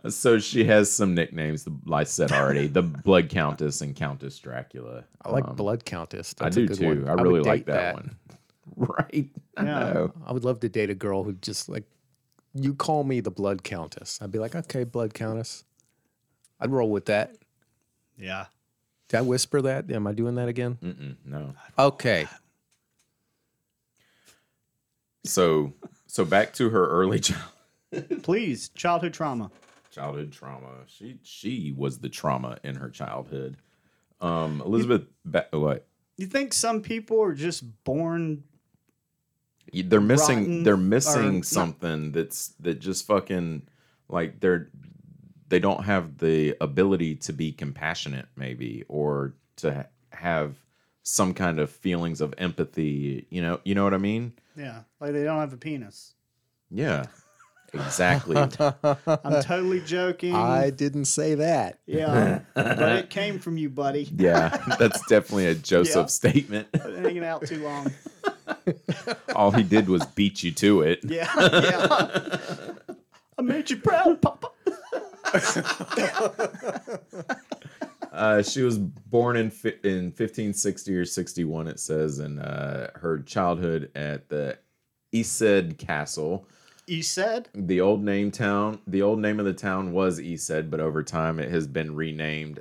Speaker 2: So she has some nicknames. The I said already. The Blood Countess and Countess Dracula.
Speaker 4: I like
Speaker 2: Um,
Speaker 4: Blood Countess.
Speaker 2: I
Speaker 4: That's a
Speaker 2: do
Speaker 4: good
Speaker 2: too.
Speaker 4: one.
Speaker 2: I
Speaker 4: would
Speaker 2: really like
Speaker 4: date
Speaker 2: that, one. Right. I
Speaker 3: Yeah.
Speaker 2: know.
Speaker 4: I would love to date a girl who just like, you call me the Blood Countess. I'd be like, okay, Blood Countess. I'd roll with that.
Speaker 3: Yeah.
Speaker 4: Did I whisper that? Am I doing that again?
Speaker 2: Mm-mm, no.
Speaker 4: Okay.
Speaker 2: So so back to her early childhood.
Speaker 3: Please, childhood trauma.
Speaker 2: childhood trauma. She she was the trauma in her childhood. Um, Elizabeth, ba- what?
Speaker 3: You think some people are just born
Speaker 2: They're missing.
Speaker 3: Rotten
Speaker 2: they're missing
Speaker 3: or-
Speaker 2: something that's that just fucking like they're they don't have the ability to be compassionate, maybe, or to ha- have some kind of feelings of empathy. You know, you know what I mean?
Speaker 3: yeah, like they don't have a penis?
Speaker 2: Yeah, exactly.
Speaker 3: I'm totally joking.
Speaker 4: I didn't say that.
Speaker 3: Yeah. but it came from you, buddy.
Speaker 2: yeah, that's definitely a Joseph
Speaker 3: Yeah.
Speaker 2: statement.
Speaker 3: Been Hanging out too long.
Speaker 2: All he did was beat you to it.
Speaker 3: Yeah. Yeah. I made you proud, Papa.
Speaker 2: Uh, she was born in fi- in 1560 or 61, it says, and uh, her childhood at the Esed Castle.
Speaker 3: You said?
Speaker 2: The old name town, the old name of the town was Esed, but over time it has been renamed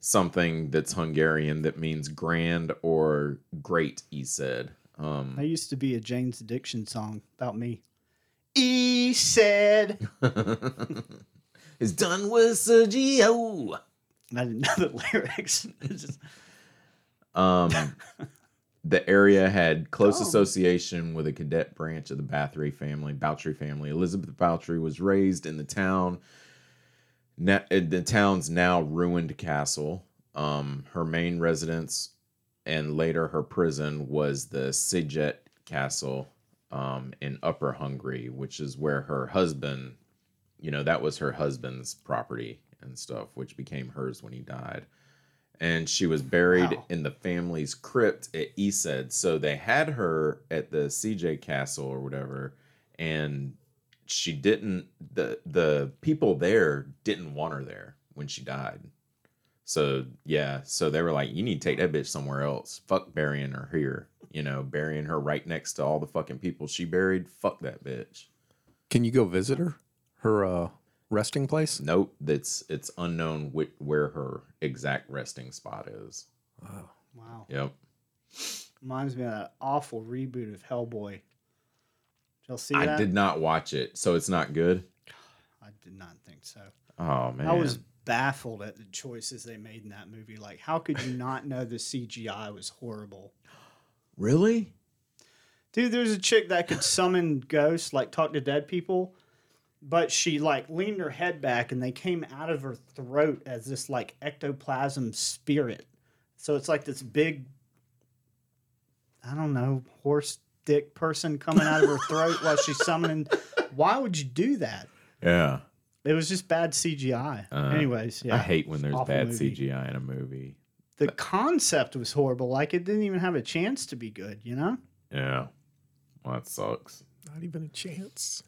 Speaker 2: something that's Hungarian that means grand or great Esed.
Speaker 3: That
Speaker 2: Um,
Speaker 3: used to be a Jane's Addiction song about me. E said.
Speaker 2: it's done with Sergio.
Speaker 3: I didn't know the lyrics. It's just-
Speaker 2: Um, the area had close
Speaker 3: Dumb.
Speaker 2: association with a cadet branch of the Bathory family, Bouchery family. Elizabeth Bouchery was raised in the town, na- in the town's now ruined castle. Um, her main residence and later her prison was the Siget Castle um, in Upper Hungary, which is where her husband, you know, that was her husband's property and stuff, which became hers when he died. And she was buried
Speaker 3: Wow.
Speaker 2: in the family's crypt at Esed. So they had her at the CJ Castle or whatever, and she didn't. the The people there didn't want her there when she died. So yeah, so they were like, "You need to take that bitch somewhere else. Fuck burying her here. You know, burying her right next to all the fucking people she buried. Fuck that bitch."
Speaker 4: Can you go visit her? Her uh, resting place?
Speaker 2: Nope, that's it's unknown whi- where her exact resting spot is.
Speaker 3: wow.
Speaker 2: Yep.
Speaker 3: Reminds me of that awful reboot of Hellboy. Did y'all see
Speaker 2: I
Speaker 3: that?
Speaker 2: did not watch it, so it's not good.
Speaker 3: I did not think so.
Speaker 2: Oh man,
Speaker 3: I was baffled at the choices they made in that movie. Like, how could you not know the CGI was horrible?
Speaker 2: really.
Speaker 3: Dude, there's a chick that could summon ghosts, like talk to dead people, but she like leaned her head back and they came out of her throat as this like ectoplasm spirit. So it's like this big I don't know, horse dick person coming out of her throat while she's summoning. Why would you do that?
Speaker 2: Yeah.
Speaker 3: It was just bad CGI.
Speaker 2: Uh,
Speaker 3: Anyways, yeah.
Speaker 2: I hate when there's
Speaker 3: Awful
Speaker 2: bad
Speaker 3: movie.
Speaker 2: CGI in a movie.
Speaker 3: the concept was horrible. Like it didn't even have a chance to be good, you know?
Speaker 2: Yeah. Well, that sucks.
Speaker 4: Not even a chance.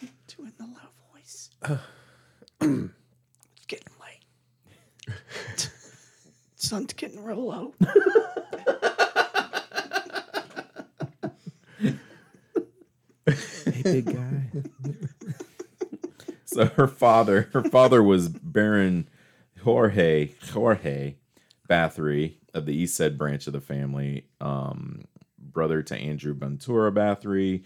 Speaker 3: Doing the low voice.
Speaker 1: It's getting late. Sun's getting real low.
Speaker 2: Hey, big guy. so her father, her father was Baron Jorge Jorge Bathory of the East Said branch of the family, um, brother to Andrew Ventura Bathory,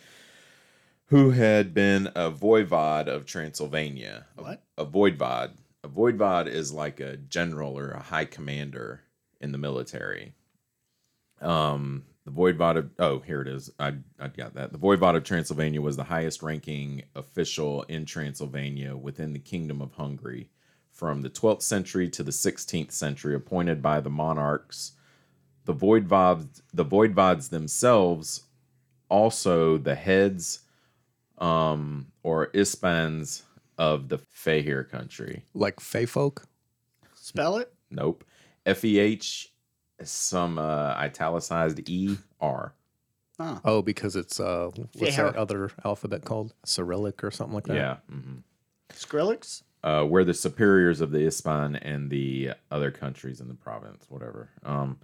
Speaker 2: who had been a voivod of Transylvania. A-
Speaker 3: What?
Speaker 2: A voivod. A voivod is like a general or a high commander in the military. Um, the Voivod of oh, here it is. I I got that. The Voivod of Transylvania was the highest ranking official in Transylvania within the Kingdom of Hungary from the 12th century to the 16th century, appointed by the monarchs. The Voivods, the Voivods themselves, also the heads, um, or ispans of the Fehir country.
Speaker 4: Like Fey folk?
Speaker 3: Spell it.
Speaker 2: Nope. F E H, some uh, italicized E R.
Speaker 3: Oh.
Speaker 4: Oh, because it's uh, what's
Speaker 3: Fair.
Speaker 4: that other alphabet called? Cyrillic or something like that.
Speaker 2: Yeah. mhm.
Speaker 3: Skrillex?
Speaker 2: Uh, we're the superiors of the Ispan and the other countries in the province, whatever. Um,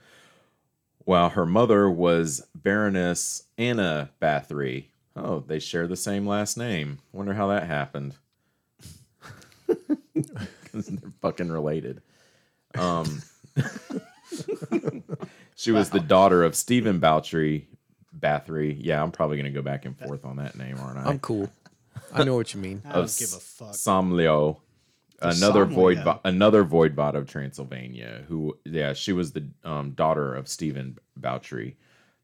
Speaker 2: while her mother was Baroness Anna Bathory. Oh, they share the same last name. Wonder how that happened. 'Cause they're fucking related. Um, she was the daughter of Stephen Bouchery Bathory. Yeah, I'm probably gonna go back and forth on that name, aren't I?
Speaker 4: I'm cool. I know what you mean.
Speaker 3: I don't
Speaker 2: of
Speaker 3: give a fuck.
Speaker 2: Somlio, another
Speaker 3: Somlio.
Speaker 2: void, another voidbot of Transylvania. Who, yeah, she was the um, daughter of Stephen Bouchery,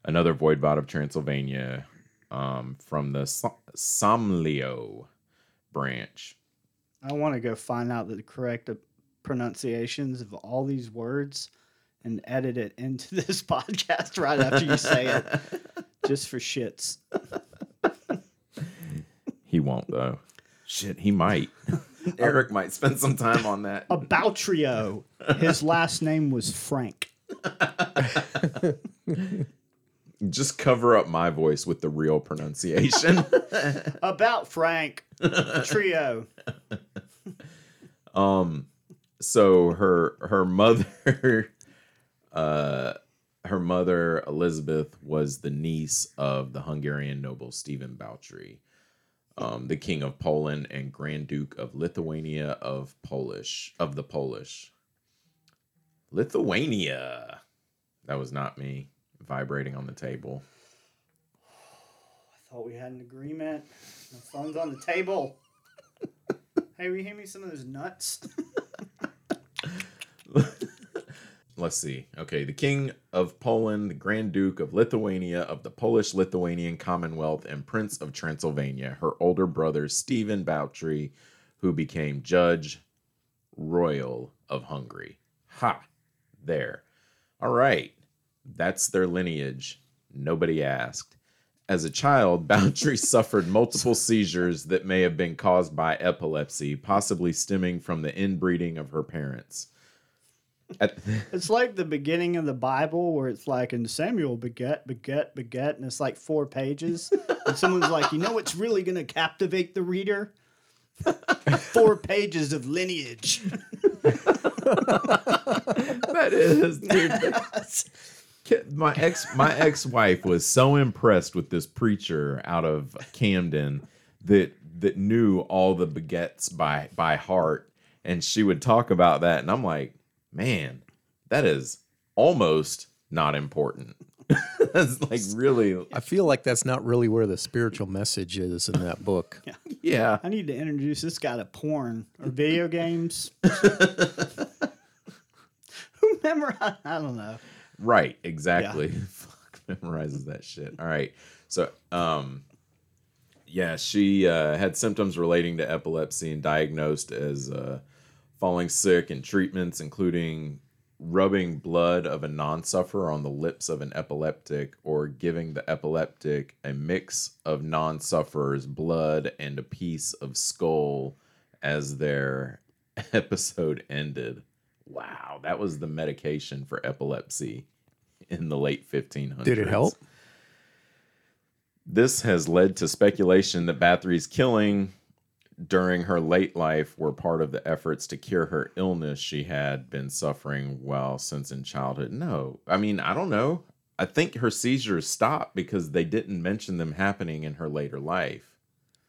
Speaker 2: another voidbot of Transylvania, um, from the Som- Somlio branch.
Speaker 3: I want to go find out the correct pronunciations of all these words and edit it into this podcast right after you say it, just for shits.
Speaker 2: He won't though. Shit, he might. Eric might spend some time on that.
Speaker 3: Aboutrio. His last name was Frank.
Speaker 2: Just cover up my voice with the real pronunciation.
Speaker 3: About Frank. Trio.
Speaker 2: Um, so her her mother, uh, her mother Elizabeth was the niece of the Hungarian noble Stephen Bouchery, um, the King of Poland and Grand Duke of Lithuania of Polish of the Polish. Lithuania. That was not me vibrating on the table.
Speaker 3: I thought we had an agreement. My phone's on the table. Hey, will you hand me some of those nuts?
Speaker 2: let's see. Okay, the King of Poland, the Grand Duke of Lithuania, of the Polish Lithuanian Commonwealth, and Prince of Transylvania, her older brother Stephen Bouchery, who became Judge Royal of Hungary. Ha! There. All right. That's their lineage. Nobody asked. As a child, Bountry suffered multiple seizures that may have been caused by epilepsy, possibly stemming from the inbreeding of her parents. At,
Speaker 3: It's like the beginning of the Bible where it's like, and Samuel beget, beget, beget, and it's like four pages. And someone's like, you know what's really going to captivate the reader? four pages of lineage.
Speaker 2: that is dude, that's- Ki- my ex my ex-wife was so impressed with this preacher out of Camden that that knew all the begets by by heart and she would talk about that and I'm like man that is almost not important that's like really
Speaker 4: I feel like that's not really where the spiritual message is in that book.
Speaker 2: yeah
Speaker 3: I need to introduce this guy to porn or video games. Who memorized? I don't know.
Speaker 2: Right, exactly. Fuck memorizes that shit. All right. So um yeah, she uh, had symptoms relating to epilepsy and diagnosed as uh, falling sick and treatments including rubbing blood of a non sufferer on the lips of an epileptic or giving the epileptic a mix of non sufferer's blood and a piece of skull as their episode ended. Wow, that was the medication for epilepsy in the late 1500s.
Speaker 4: Did it help?
Speaker 2: This has led to speculation that Bathory's killing during her late life were part of the efforts to cure her illness she had been suffering while since in childhood. No, I mean, I don't know. I think her seizures stopped because they didn't mention them happening in her later life.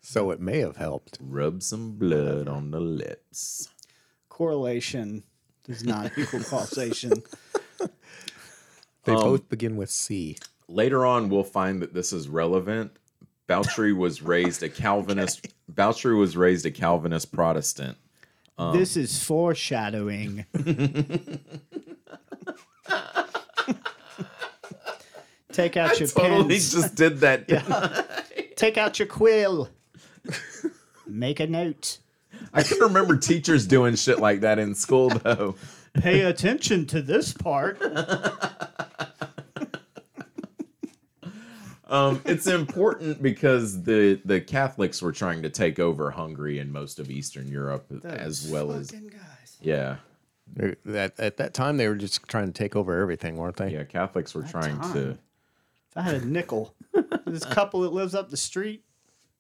Speaker 4: So it may have helped.
Speaker 2: Rub some blood on the lips.
Speaker 3: Correlation does not equal causation.
Speaker 4: They
Speaker 2: Um,
Speaker 4: both begin with C.
Speaker 2: Later on, we'll find that this is relevant. Bouchery was raised a Calvinist. Bouchery was raised a Calvinist Protestant. Um,
Speaker 3: this is foreshadowing. Take out your
Speaker 2: Totally
Speaker 3: pens.
Speaker 2: just did that. didn't
Speaker 3: Take out your quill. Make a note.
Speaker 2: I can remember teachers doing shit like that in school though.
Speaker 3: Pay attention to this part.
Speaker 2: Um, it's important because the the Catholics were trying to take over Hungary and most of Eastern Europe as well as
Speaker 3: guys.
Speaker 2: yeah
Speaker 4: They're- That at that time they were just trying to take over everything, weren't they?
Speaker 2: yeah Catholics were trying to
Speaker 3: If I had a nickel, this couple that lives up the street,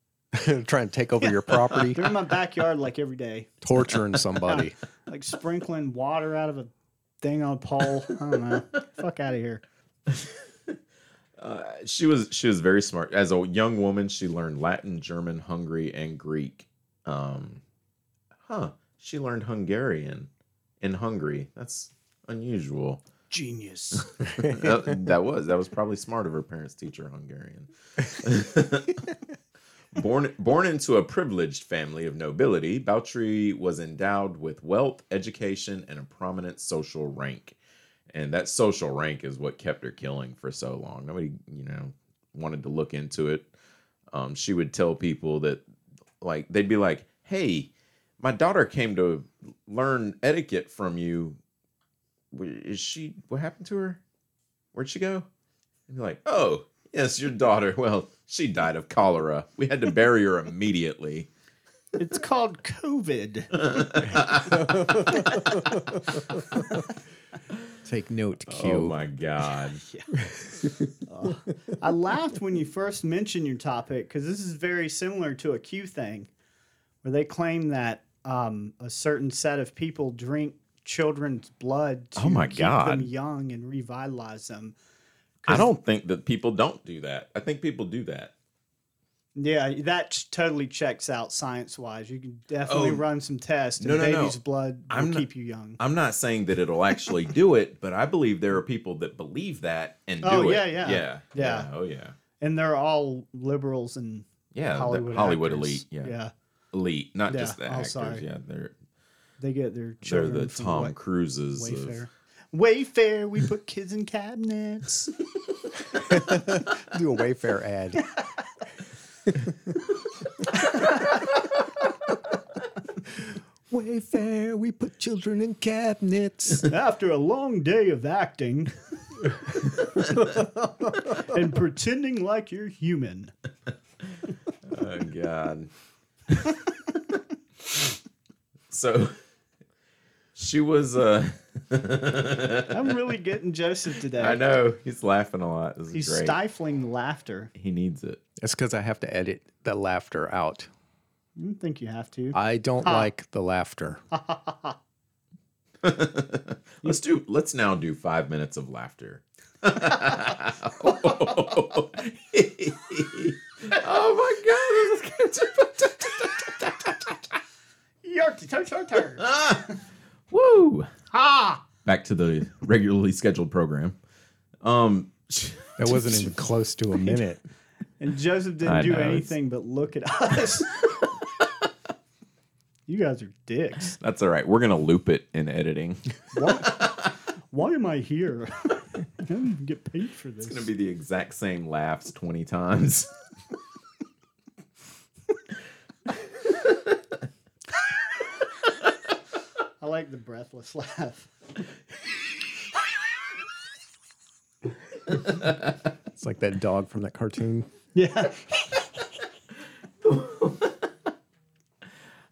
Speaker 4: trying to take over your property,
Speaker 3: they're in my backyard like every day,
Speaker 4: torturing somebody.
Speaker 3: like sprinkling water out of a thing on a pole. I don't know. Fuck out of here.
Speaker 2: Uh, she was she was very smart as a young woman she learned Latin German Hungary and Greek um huh she learned Hungarian in Hungary that's unusual
Speaker 1: Genius.
Speaker 2: that, that was that was probably smart of her parents to teach her Hungarian. born born into a privileged family of nobility, Bouchery was endowed with wealth, education, and a prominent social rank. And that social rank is what kept her killing for so long. Nobody, you know, wanted to look into it. Um, she would tell people that, like, they'd be like, "Hey, my daughter came to learn etiquette from you. W- Is she? What happened to her? Where'd she go? And be like, oh, yes, your daughter. Well, she died of cholera. We had to bury her immediately.
Speaker 3: It's called COVID.
Speaker 4: Take note, Q.
Speaker 2: Oh my god.
Speaker 3: I laughed when you first mentioned your topic because this is very similar to a Q thing, where they claim that um, a certain set of people drink children's blood to
Speaker 2: Oh my
Speaker 3: keep
Speaker 2: God.
Speaker 3: them young and revitalize them.
Speaker 2: I don't think that people don't do that. I think people do that.
Speaker 3: Yeah, that ch- totally checks out science wise. You can definitely
Speaker 2: Oh.
Speaker 3: run some tests, and
Speaker 2: No, no, no.
Speaker 3: baby's blood will
Speaker 2: I'm not-
Speaker 3: keep you young.
Speaker 2: I'm not saying that it'll actually do it, but I believe there are people that believe that and do
Speaker 3: Oh,
Speaker 2: it.
Speaker 3: yeah, yeah.
Speaker 2: yeah,
Speaker 3: Yeah.
Speaker 2: Oh yeah,
Speaker 3: And they're all liberals and
Speaker 2: yeah. the
Speaker 3: Hollywood,
Speaker 2: Hollywood,
Speaker 3: actors.
Speaker 2: elite, yeah.
Speaker 3: yeah,
Speaker 2: elite, not
Speaker 3: Yeah,
Speaker 2: just the
Speaker 3: oh,
Speaker 2: actors.
Speaker 3: sorry.
Speaker 2: Yeah, they're
Speaker 3: they get their
Speaker 2: they're
Speaker 3: children
Speaker 2: the
Speaker 3: from
Speaker 2: Tom
Speaker 3: what-
Speaker 2: Cruises
Speaker 3: Wayfair.
Speaker 2: of
Speaker 3: Wayfair, we put kids in cabinets.
Speaker 4: Do a Wayfair ad. Wayfair, we put children in cabinets.
Speaker 3: After a long day of acting and pretending like you're human.
Speaker 2: Oh God. so she was uh
Speaker 3: I'm really getting Joseph today.
Speaker 2: I know he's laughing a lot. This is
Speaker 3: He's
Speaker 2: great.
Speaker 3: stifling laughter.
Speaker 2: he needs it.
Speaker 4: That's because I have to edit the laughter out.
Speaker 3: I don't think you have to.
Speaker 4: I don't like the laughter.
Speaker 2: Let's do let's now do 5 minutes of laughter. oh my god. this is good. Woo! Ah! Back to the regularly scheduled program. Um
Speaker 4: That wasn't even close to a minute.
Speaker 3: And Joseph didn't
Speaker 2: I
Speaker 3: do
Speaker 2: know, it's-
Speaker 3: anything but look at us. you guys are dicks.
Speaker 2: that's all right. We're going to loop it in editing.
Speaker 3: Why am I here? I don't even get paid for this.
Speaker 2: It's gonna be the exact same laughs twenty times.
Speaker 3: I like the breathless laugh.
Speaker 4: It's like that dog from that cartoon.
Speaker 3: Yeah.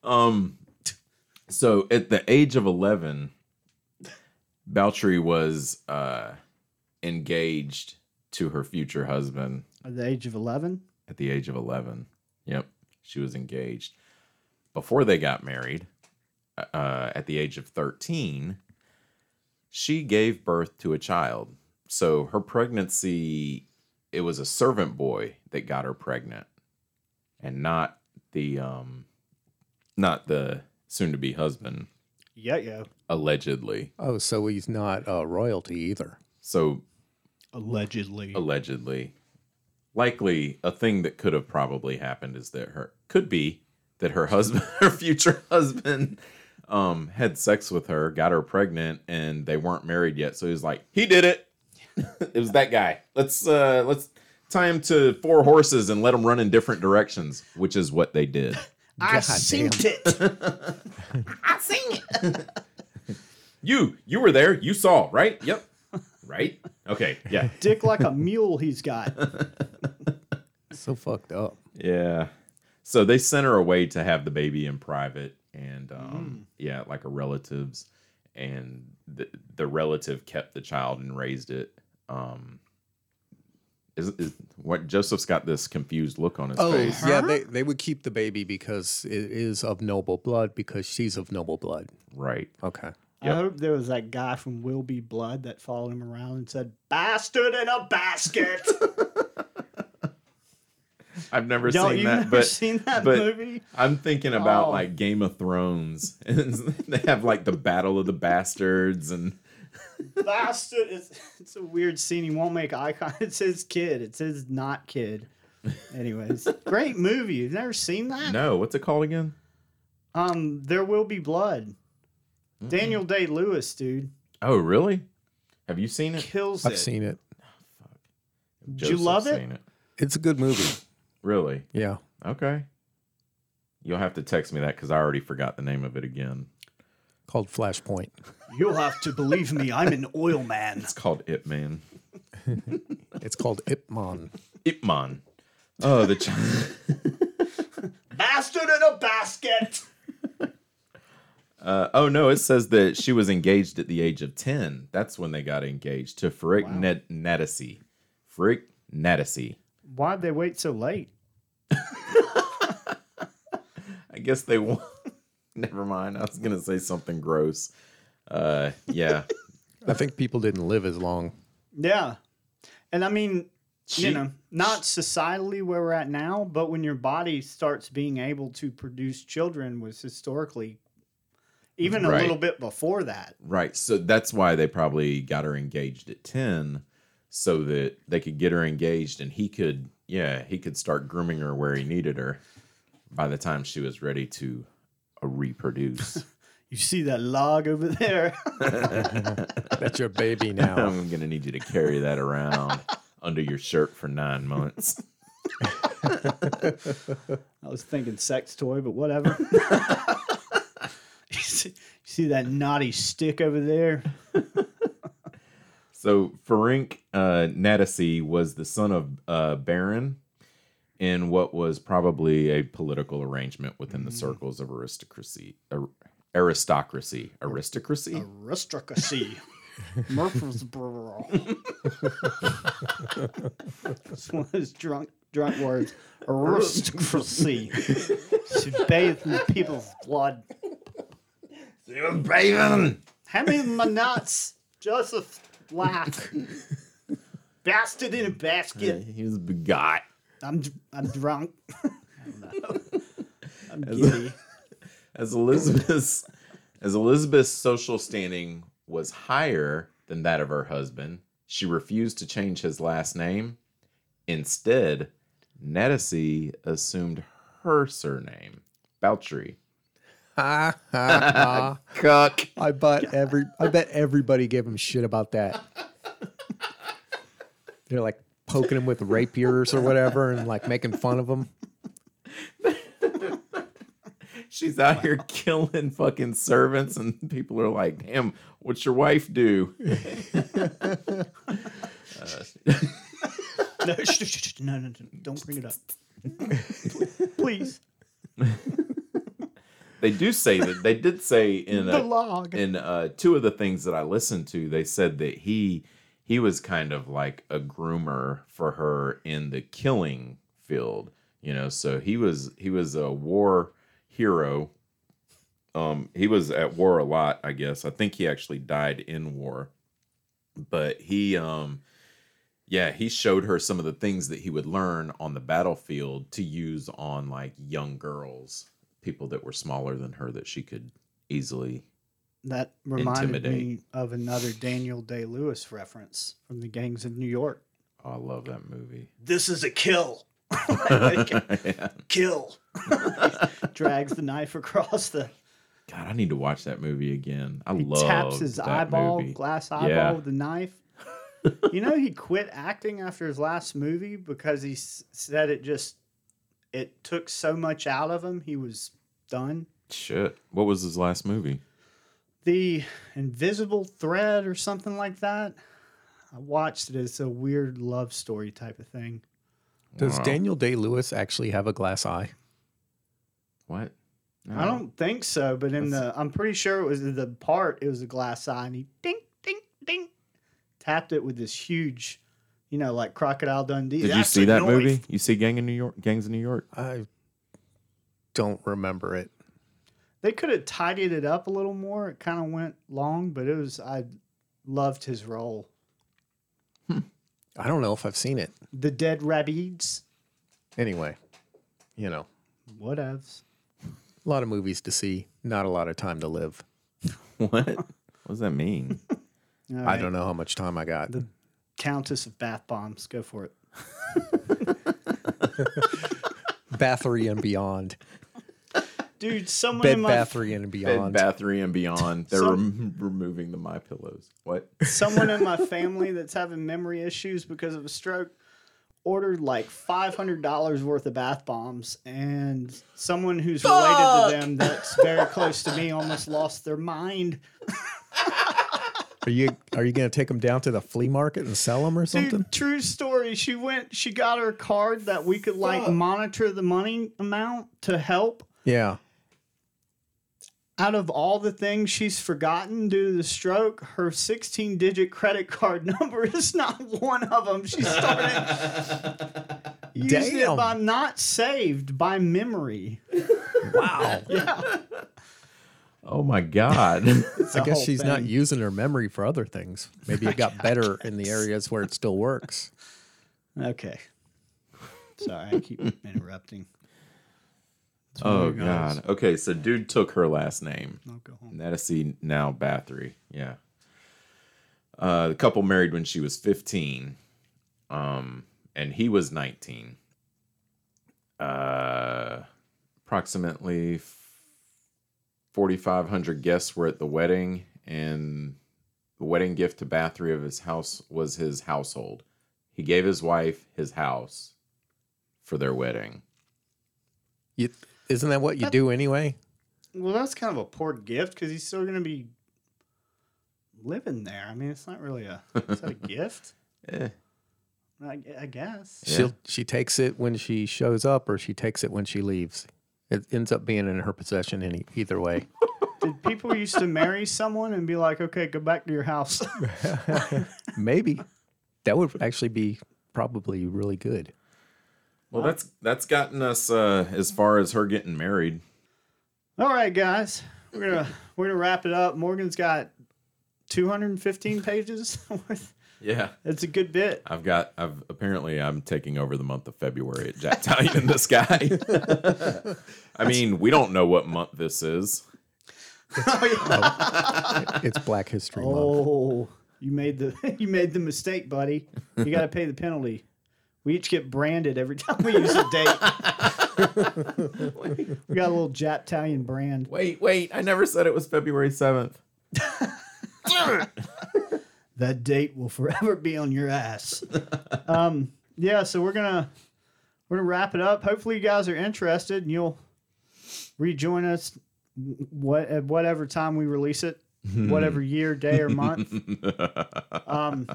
Speaker 2: Um, So at the age of 11, Bouchery was uh, engaged to her future husband
Speaker 3: At the age of 11?
Speaker 2: at the age of 11. Yep. She was engaged. Before they got married, uh, at the age of 13, she gave birth to a child. So her pregnancy, it was a servant boy that got her pregnant and not the um not the soon to be husband
Speaker 3: Yeah, yeah.
Speaker 2: allegedly.
Speaker 4: Oh, so he's not uh, royalty either.
Speaker 2: So
Speaker 1: Allegedly.
Speaker 2: Oh, allegedly likely a thing that could have probably happened is that her could be that her husband her future husband um had sex with her got her pregnant and they weren't married yet so he was like he did it it was that guy let's uh let's tie him to four horses and let him run in different directions which is what they did
Speaker 3: I synced it.
Speaker 2: you you were there you saw right yep right okay yeah
Speaker 3: Dick like a mule he's got.
Speaker 4: So fucked up.
Speaker 2: Yeah. So they sent her away to have the baby in private and
Speaker 3: Hmm.
Speaker 2: um yeah, like a relative's and the, the relative kept the child and raised it. Um is, is what Joseph's got this confused look on his
Speaker 4: Oh,
Speaker 2: face.
Speaker 4: yeah. They, they would keep the baby because it is of noble blood because she's of noble blood.
Speaker 2: Right.
Speaker 4: Okay.
Speaker 3: I hope there was that guy from Will Be Blood that followed him around and said, Bastard in a basket.
Speaker 2: I've never
Speaker 3: Y'all,
Speaker 2: seen
Speaker 3: you've
Speaker 2: that,
Speaker 3: never
Speaker 2: but
Speaker 3: seen that
Speaker 2: but-
Speaker 3: movie?
Speaker 2: I'm thinking about
Speaker 3: Oh.
Speaker 2: like Game of Thrones. and they have like the Battle of the Bastards and
Speaker 3: Bastard. It's, it's a weird scene. He won't make eye contact. It says kid. It says not kid. Anyways, great movie. You've never seen that?
Speaker 2: No, what's it called again?
Speaker 3: Um, There Will Be Blood. Daniel Day Lewis, dude,
Speaker 2: Oh, really? Have you seen it?
Speaker 3: kills
Speaker 4: I've
Speaker 3: it.
Speaker 4: seen it.
Speaker 3: Did you love
Speaker 2: Joseph's
Speaker 3: it?
Speaker 2: seen it.
Speaker 4: It's a good movie.
Speaker 2: Really?
Speaker 4: Yeah.
Speaker 2: Okay. You'll have to text me that because I already forgot the name of it again.
Speaker 4: Called Flashpoint.
Speaker 1: You'll have to believe me, I'm an oil man.
Speaker 2: It's called Ip Man.
Speaker 4: It's called Ip Man.
Speaker 2: Ip Man. Oh, the child.
Speaker 3: Bastard in a basket.
Speaker 2: Uh, oh no! It says that she was engaged at the age of ten. That's when they got engaged to Frick Ned Nedesi. Frick Nedesi.
Speaker 3: Why'd they wait so late?
Speaker 2: I guess they won. Never mind. I was gonna say something gross. Uh, yeah.
Speaker 4: I think people didn't live as long.
Speaker 3: Yeah. And I mean,
Speaker 2: She-
Speaker 3: you know, not societally where we're at now, but when your body starts being able to produce children was historically even a
Speaker 2: Right.
Speaker 3: little bit before that.
Speaker 2: Right. So that's why they probably got her engaged at 10 so that they could get her engaged and he could, yeah, he could start grooming her where he needed her by the time she was ready to uh, reproduce.
Speaker 3: You see that log over there?
Speaker 4: That's your baby now.
Speaker 2: "Oh, I'm going to need you to carry that around under your shirt for nine months.
Speaker 3: I was thinking sex toy, but whatever. you, see, you see that knotty stick over there?
Speaker 2: So Ferenc uh, Nadasi was the son of uh, Baron in what was probably a political arrangement within the circles of aristocracy. ar- aristocracy. Aristocracy?
Speaker 3: Aristocracy. Murfreesboro. It's one of those drunk, drunk words. Aristocracy. she bathed in the people's blood. Hand me my nuts. Joseph laugh. Bastard in a basket.
Speaker 2: He was begot.
Speaker 3: I'm I'm drunk. I don't know. I'm giddy.
Speaker 2: As Elizabeth's as Elizabeth's social standing was higher than that of her husband, she refused to change his last name. Instead, Nedesi assumed her surname, Bouchery.
Speaker 4: Ha, ha, ha.
Speaker 2: Cuck.
Speaker 4: I bet every I bet everybody gave him shit about that. They're like poking him with rapiers or whatever and like making fun of him.
Speaker 2: She's out here killing fucking servants, and people are like, damn, what's your wife do?
Speaker 3: No, shh, shh, shh, shh. no, no, no, don't bring it up. Please.
Speaker 2: They do say that they did say in
Speaker 3: The
Speaker 2: a,
Speaker 3: log.
Speaker 2: in uh, two of the things that I listened to, they said that he he was kind of like a groomer for her in the killing field, you know. So he was he was a war hero. Um, he was at war a lot, I guess. I think he actually died in war, but he um, yeah, he showed her some of the things that he would learn on the battlefield to use on like young girls, people that were smaller than her that she could easily
Speaker 3: That reminded me
Speaker 2: Intimidate.
Speaker 3: of another Daniel Day Lewis reference from the gangs of New York.
Speaker 2: Oh, I love that movie.
Speaker 3: This is a kill.
Speaker 2: Oh
Speaker 3: Kill. Drags the knife across the.
Speaker 2: God, I need to watch that movie again. I
Speaker 3: He
Speaker 2: love
Speaker 3: taps his
Speaker 2: that
Speaker 3: eyeball,
Speaker 2: movie.
Speaker 3: glass eyeball
Speaker 2: Yeah.
Speaker 3: with the knife. you know, he quit acting after his last movie because he s- said it just it took so much out of him. He was done.
Speaker 2: Shit, what was his last movie?
Speaker 3: The Invisible Thread or something like that. I watched it. It's a weird love story type of thing.
Speaker 4: Does
Speaker 2: Wow.
Speaker 4: Daniel Day Lewis actually have a glass eye?
Speaker 2: What? No.
Speaker 3: I don't think so, but in the I'm pretty sure it was in the part it was a glass eye and he ding ding ding tapped it with this huge, you know, like crocodile Dundee.
Speaker 2: Did you
Speaker 3: That's
Speaker 2: see
Speaker 3: a
Speaker 2: that
Speaker 3: knife.
Speaker 2: movie? You see Gang in New York? Gangs in New York?
Speaker 4: I don't remember it.
Speaker 3: They could have tidied it up a little more. It kind of went long, but it was I loved his role.
Speaker 4: I don't know if I've seen it.
Speaker 3: The dead rabbits,
Speaker 4: Anyway, you know,
Speaker 3: whatevs.
Speaker 4: a lot of movies to see, not a lot of time to live.
Speaker 2: What? what does that mean?
Speaker 4: I don't know how much time I got.
Speaker 3: Countess of Bath Bombs, go for it.
Speaker 4: Bathory and Beyond.
Speaker 3: Dude, someone
Speaker 4: Bed
Speaker 3: in my
Speaker 4: Bathory
Speaker 2: Bed
Speaker 4: and Beyond.
Speaker 2: Bath Three and Beyond. They're
Speaker 3: So-
Speaker 2: rem- removing the My Pillows. What?
Speaker 3: someone in my family that's having memory issues because of a stroke ordered like $500 worth of bath bombs and someone who's related to them that's very close to me almost lost their mind
Speaker 4: Are you are you going to take them down to the flea market and sell them or something?
Speaker 3: Dude, true story she went she got her card that we could like monitor the money amount to help
Speaker 4: Yeah.
Speaker 3: out of all the things she's forgotten due to the stroke, her 16 digit credit card number is not one of them. She started using it
Speaker 4: Damn.
Speaker 3: by not saved by memory.
Speaker 4: Wow.
Speaker 2: Oh my God.
Speaker 3: It's a
Speaker 4: I guess
Speaker 3: whole
Speaker 4: she's not
Speaker 3: thing.
Speaker 4: using her memory for other things. Maybe it got better in the areas where it still works.
Speaker 3: Okay. Sorry, I keep interrupting. That's where
Speaker 2: oh
Speaker 3: it goes.
Speaker 2: God. Okay, so dude took her last name.
Speaker 3: I'll go home.
Speaker 2: Natasi now Bathory. Yeah. Uh, the couple married when she was 15, um, and he was 19. Uh, approximately f- 4,500 guests were at the wedding, and the wedding gift to Bathory of his house was his household. He gave his wife his house for their wedding.
Speaker 4: You, isn't that what you do anyway?
Speaker 3: Well, that's kind of a poor gift because he's still going to be living there. I mean, it's not really a, is that a gift?
Speaker 2: Eh.
Speaker 3: I, I guess.
Speaker 4: She'll she takes it when she shows up or she takes it when she leaves. It ends up being in her possession any either way.
Speaker 3: Did people used to marry someone and be like, okay, go back to your house?
Speaker 4: Maybe that would actually be probably really good.
Speaker 2: Well, that's that's gotten us uh, as far as her getting married.
Speaker 3: All right, guys, we're gonna we're gonna wrap it up. Morgan's got 215 pages. worth.
Speaker 2: Yeah.
Speaker 3: That's a good bit.
Speaker 2: I've got. I've apparently I'm taking over the month of February at Jack Italian in the Sky. I mean, we don't know what month this is.
Speaker 4: It's Black History Month.
Speaker 3: Oh, you made the you made the mistake, buddy. You got to pay the penalty. We each get branded every time we use a date. we got a little Japtalian brand.
Speaker 2: Wait, wait! I never said it was February seventh.
Speaker 3: that date will forever be on your ass. um, yeah, so we're gonna we're gonna wrap it up. Hopefully, you guys are interested, and you'll rejoin us w- what at whatever
Speaker 2: Mm-hmm.
Speaker 3: time we release it, whatever year, day, or month. um,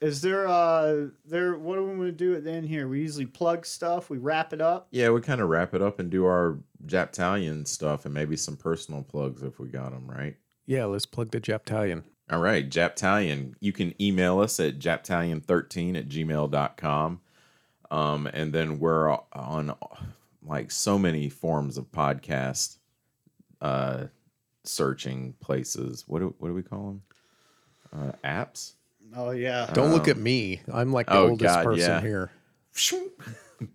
Speaker 3: Is there uh there what do we want to do at the end here? We usually plug stuff, we wrap it up.
Speaker 2: Yeah, we kind of wrap it up and do our Japtalion stuff and maybe some personal plugs if we got them, right?
Speaker 4: Yeah, let's plug the Japtalion.
Speaker 2: All right, Japtalion. You can email us at japtalion13 at gmail.com. Um, and then we're on like so many forms of podcast uh, searching places. What do, what do we call them? Uh, apps?
Speaker 3: Oh yeah.
Speaker 4: Don't look at me. I'm like the
Speaker 2: oh,
Speaker 4: oldest
Speaker 2: God,
Speaker 4: person
Speaker 2: yeah.
Speaker 4: here.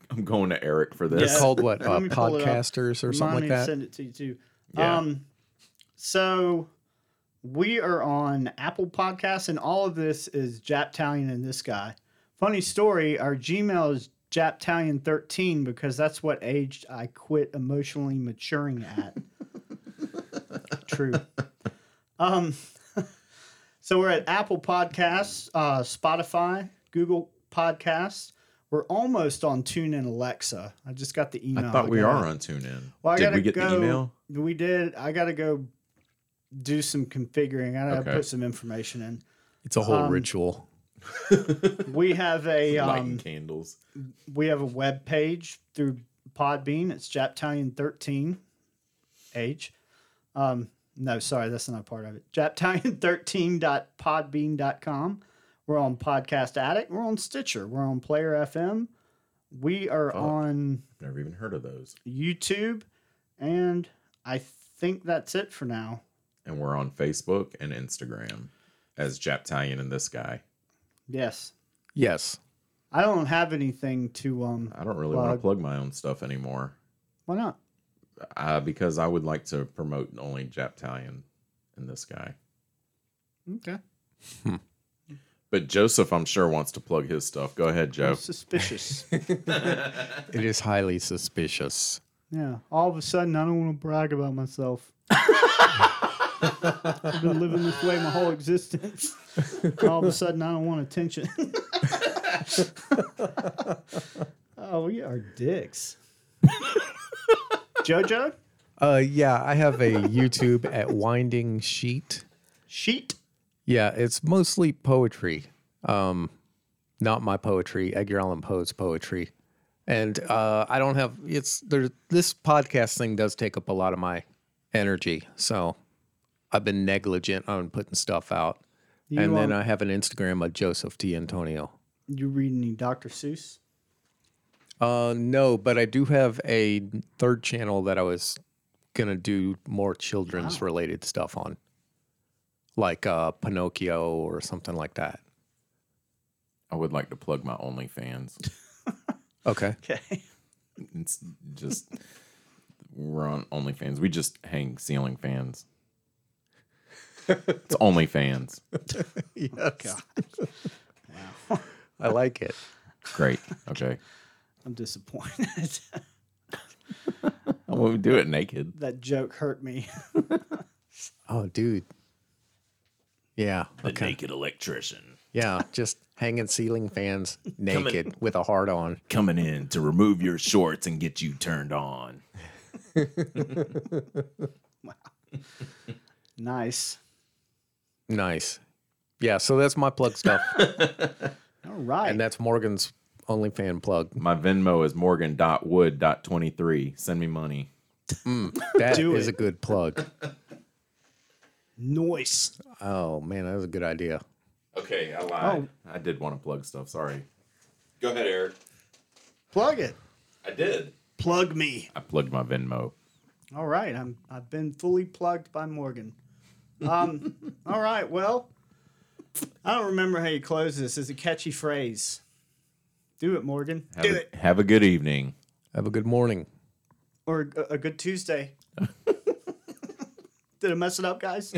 Speaker 2: I'm going to Eric for this.
Speaker 3: Yeah.
Speaker 4: Called what?
Speaker 3: Let
Speaker 4: Uh,
Speaker 3: me pull it up.
Speaker 4: podcasters or something
Speaker 3: Remind
Speaker 4: like
Speaker 3: me to
Speaker 4: that.
Speaker 3: Send it to you too.
Speaker 2: Yeah.
Speaker 3: Um, so we are on Apple Podcasts, and all of this is Japtalion and this guy. Funny story: our Gmail is Japtalion13 because that's what age I quit emotionally maturing at. True. Um, so we're at Apple Podcasts, uh, Spotify, Google Podcasts. We're almost on TuneIn Alexa. I just got the email.
Speaker 2: I thought we
Speaker 3: again.
Speaker 2: are on TuneIn.
Speaker 3: Well, I
Speaker 2: Did
Speaker 3: gotta
Speaker 2: we get
Speaker 3: go.
Speaker 2: the email?
Speaker 3: We did. I got to go do some configuring. I got to
Speaker 2: Okay.
Speaker 3: put some information
Speaker 4: It's a whole
Speaker 3: Um,
Speaker 4: ritual.
Speaker 3: in. We have a
Speaker 2: Lighting
Speaker 3: um,
Speaker 2: candles.
Speaker 3: we have a web page through Podbean. It's Japtalion thirteen age. Um, no, sorry, that's not part of it. Japtalion13.podbean.com. We're on Podcast Addict. We're on Stitcher. We're on Player FM. We are
Speaker 2: Fuck.
Speaker 3: on
Speaker 2: Never even heard of those.
Speaker 3: YouTube, and I think that's it for now.
Speaker 2: And we're on Facebook and Instagram as Japtalion and this guy.
Speaker 3: Yes.
Speaker 4: Yes.
Speaker 3: I don't have anything to um
Speaker 2: I don't really want to
Speaker 3: Plug.
Speaker 2: plug my own stuff anymore
Speaker 3: why not?
Speaker 2: uh, because I would like to promote only Japtalion and this guy.
Speaker 3: Okay.
Speaker 2: But Joseph, I'm sure, wants to plug his stuff. Go ahead,
Speaker 3: I'm
Speaker 2: Joe.
Speaker 3: Suspicious.
Speaker 4: It is highly suspicious.
Speaker 3: yeah. All of a sudden I don't want to brag about myself. I've been living this way my whole existence. All of a sudden I don't want attention. oh, we are dicks. Jojo?
Speaker 4: Uh, yeah, I have a YouTube at Winding Sheet.
Speaker 3: Sheet.
Speaker 4: Yeah, it's mostly poetry. Um, not my poetry, Edgar Allan Poe's poetry. And uh, I don't have it's there. This podcast thing does take up a lot of my energy, so I've been negligent on putting stuff out.
Speaker 3: You,
Speaker 4: and then
Speaker 3: um,
Speaker 4: I have an Instagram of Joseph D. Antonio.
Speaker 3: you read any Dr. Seuss?
Speaker 4: Uh, no, but I do have a third channel that I was gonna do more children's related stuff on, like uh, Pinocchio or something like that.
Speaker 2: I would like to plug my OnlyFans.
Speaker 4: Okay.
Speaker 3: Okay.
Speaker 2: It's just we're on OnlyFans. We just hang ceiling fans. It's OnlyFans.
Speaker 4: yes. I like it.
Speaker 2: Great. Okay.
Speaker 3: I'm disappointed.
Speaker 2: I won't Oh, do it naked.
Speaker 3: that joke hurt me.
Speaker 4: Oh, dude. Yeah. Okay.
Speaker 2: naked electrician
Speaker 4: Yeah. Just hanging ceiling fans naked with a heart on.
Speaker 2: coming in to remove your shorts and get you turned on.
Speaker 3: Nice.
Speaker 4: Nice. Yeah. So that's my plug stuff,
Speaker 3: All right.
Speaker 4: and that's Morgan's only fan plug.
Speaker 2: My Venmo is morgan.wood.23. Send me money.
Speaker 4: That
Speaker 3: Do
Speaker 4: is
Speaker 3: it.
Speaker 4: a good plug.
Speaker 3: Noise.
Speaker 4: Oh man, that was a good idea.
Speaker 2: Okay, I
Speaker 3: Oh.
Speaker 2: lied. I did want to plug stuff. Sorry. Go ahead, Eric.
Speaker 3: Plug it.
Speaker 2: I did.
Speaker 3: Plug me.
Speaker 2: I plugged my Venmo.
Speaker 3: All right. I'm I've been fully plugged by Morgan. Um all right, well. I don't remember how you close this. It's a catchy phrase. Do it, Morgan.
Speaker 2: Have a, Have a good evening.
Speaker 4: Have a good morning.
Speaker 3: Or a, a good Tuesday. Did I mess it up, guys?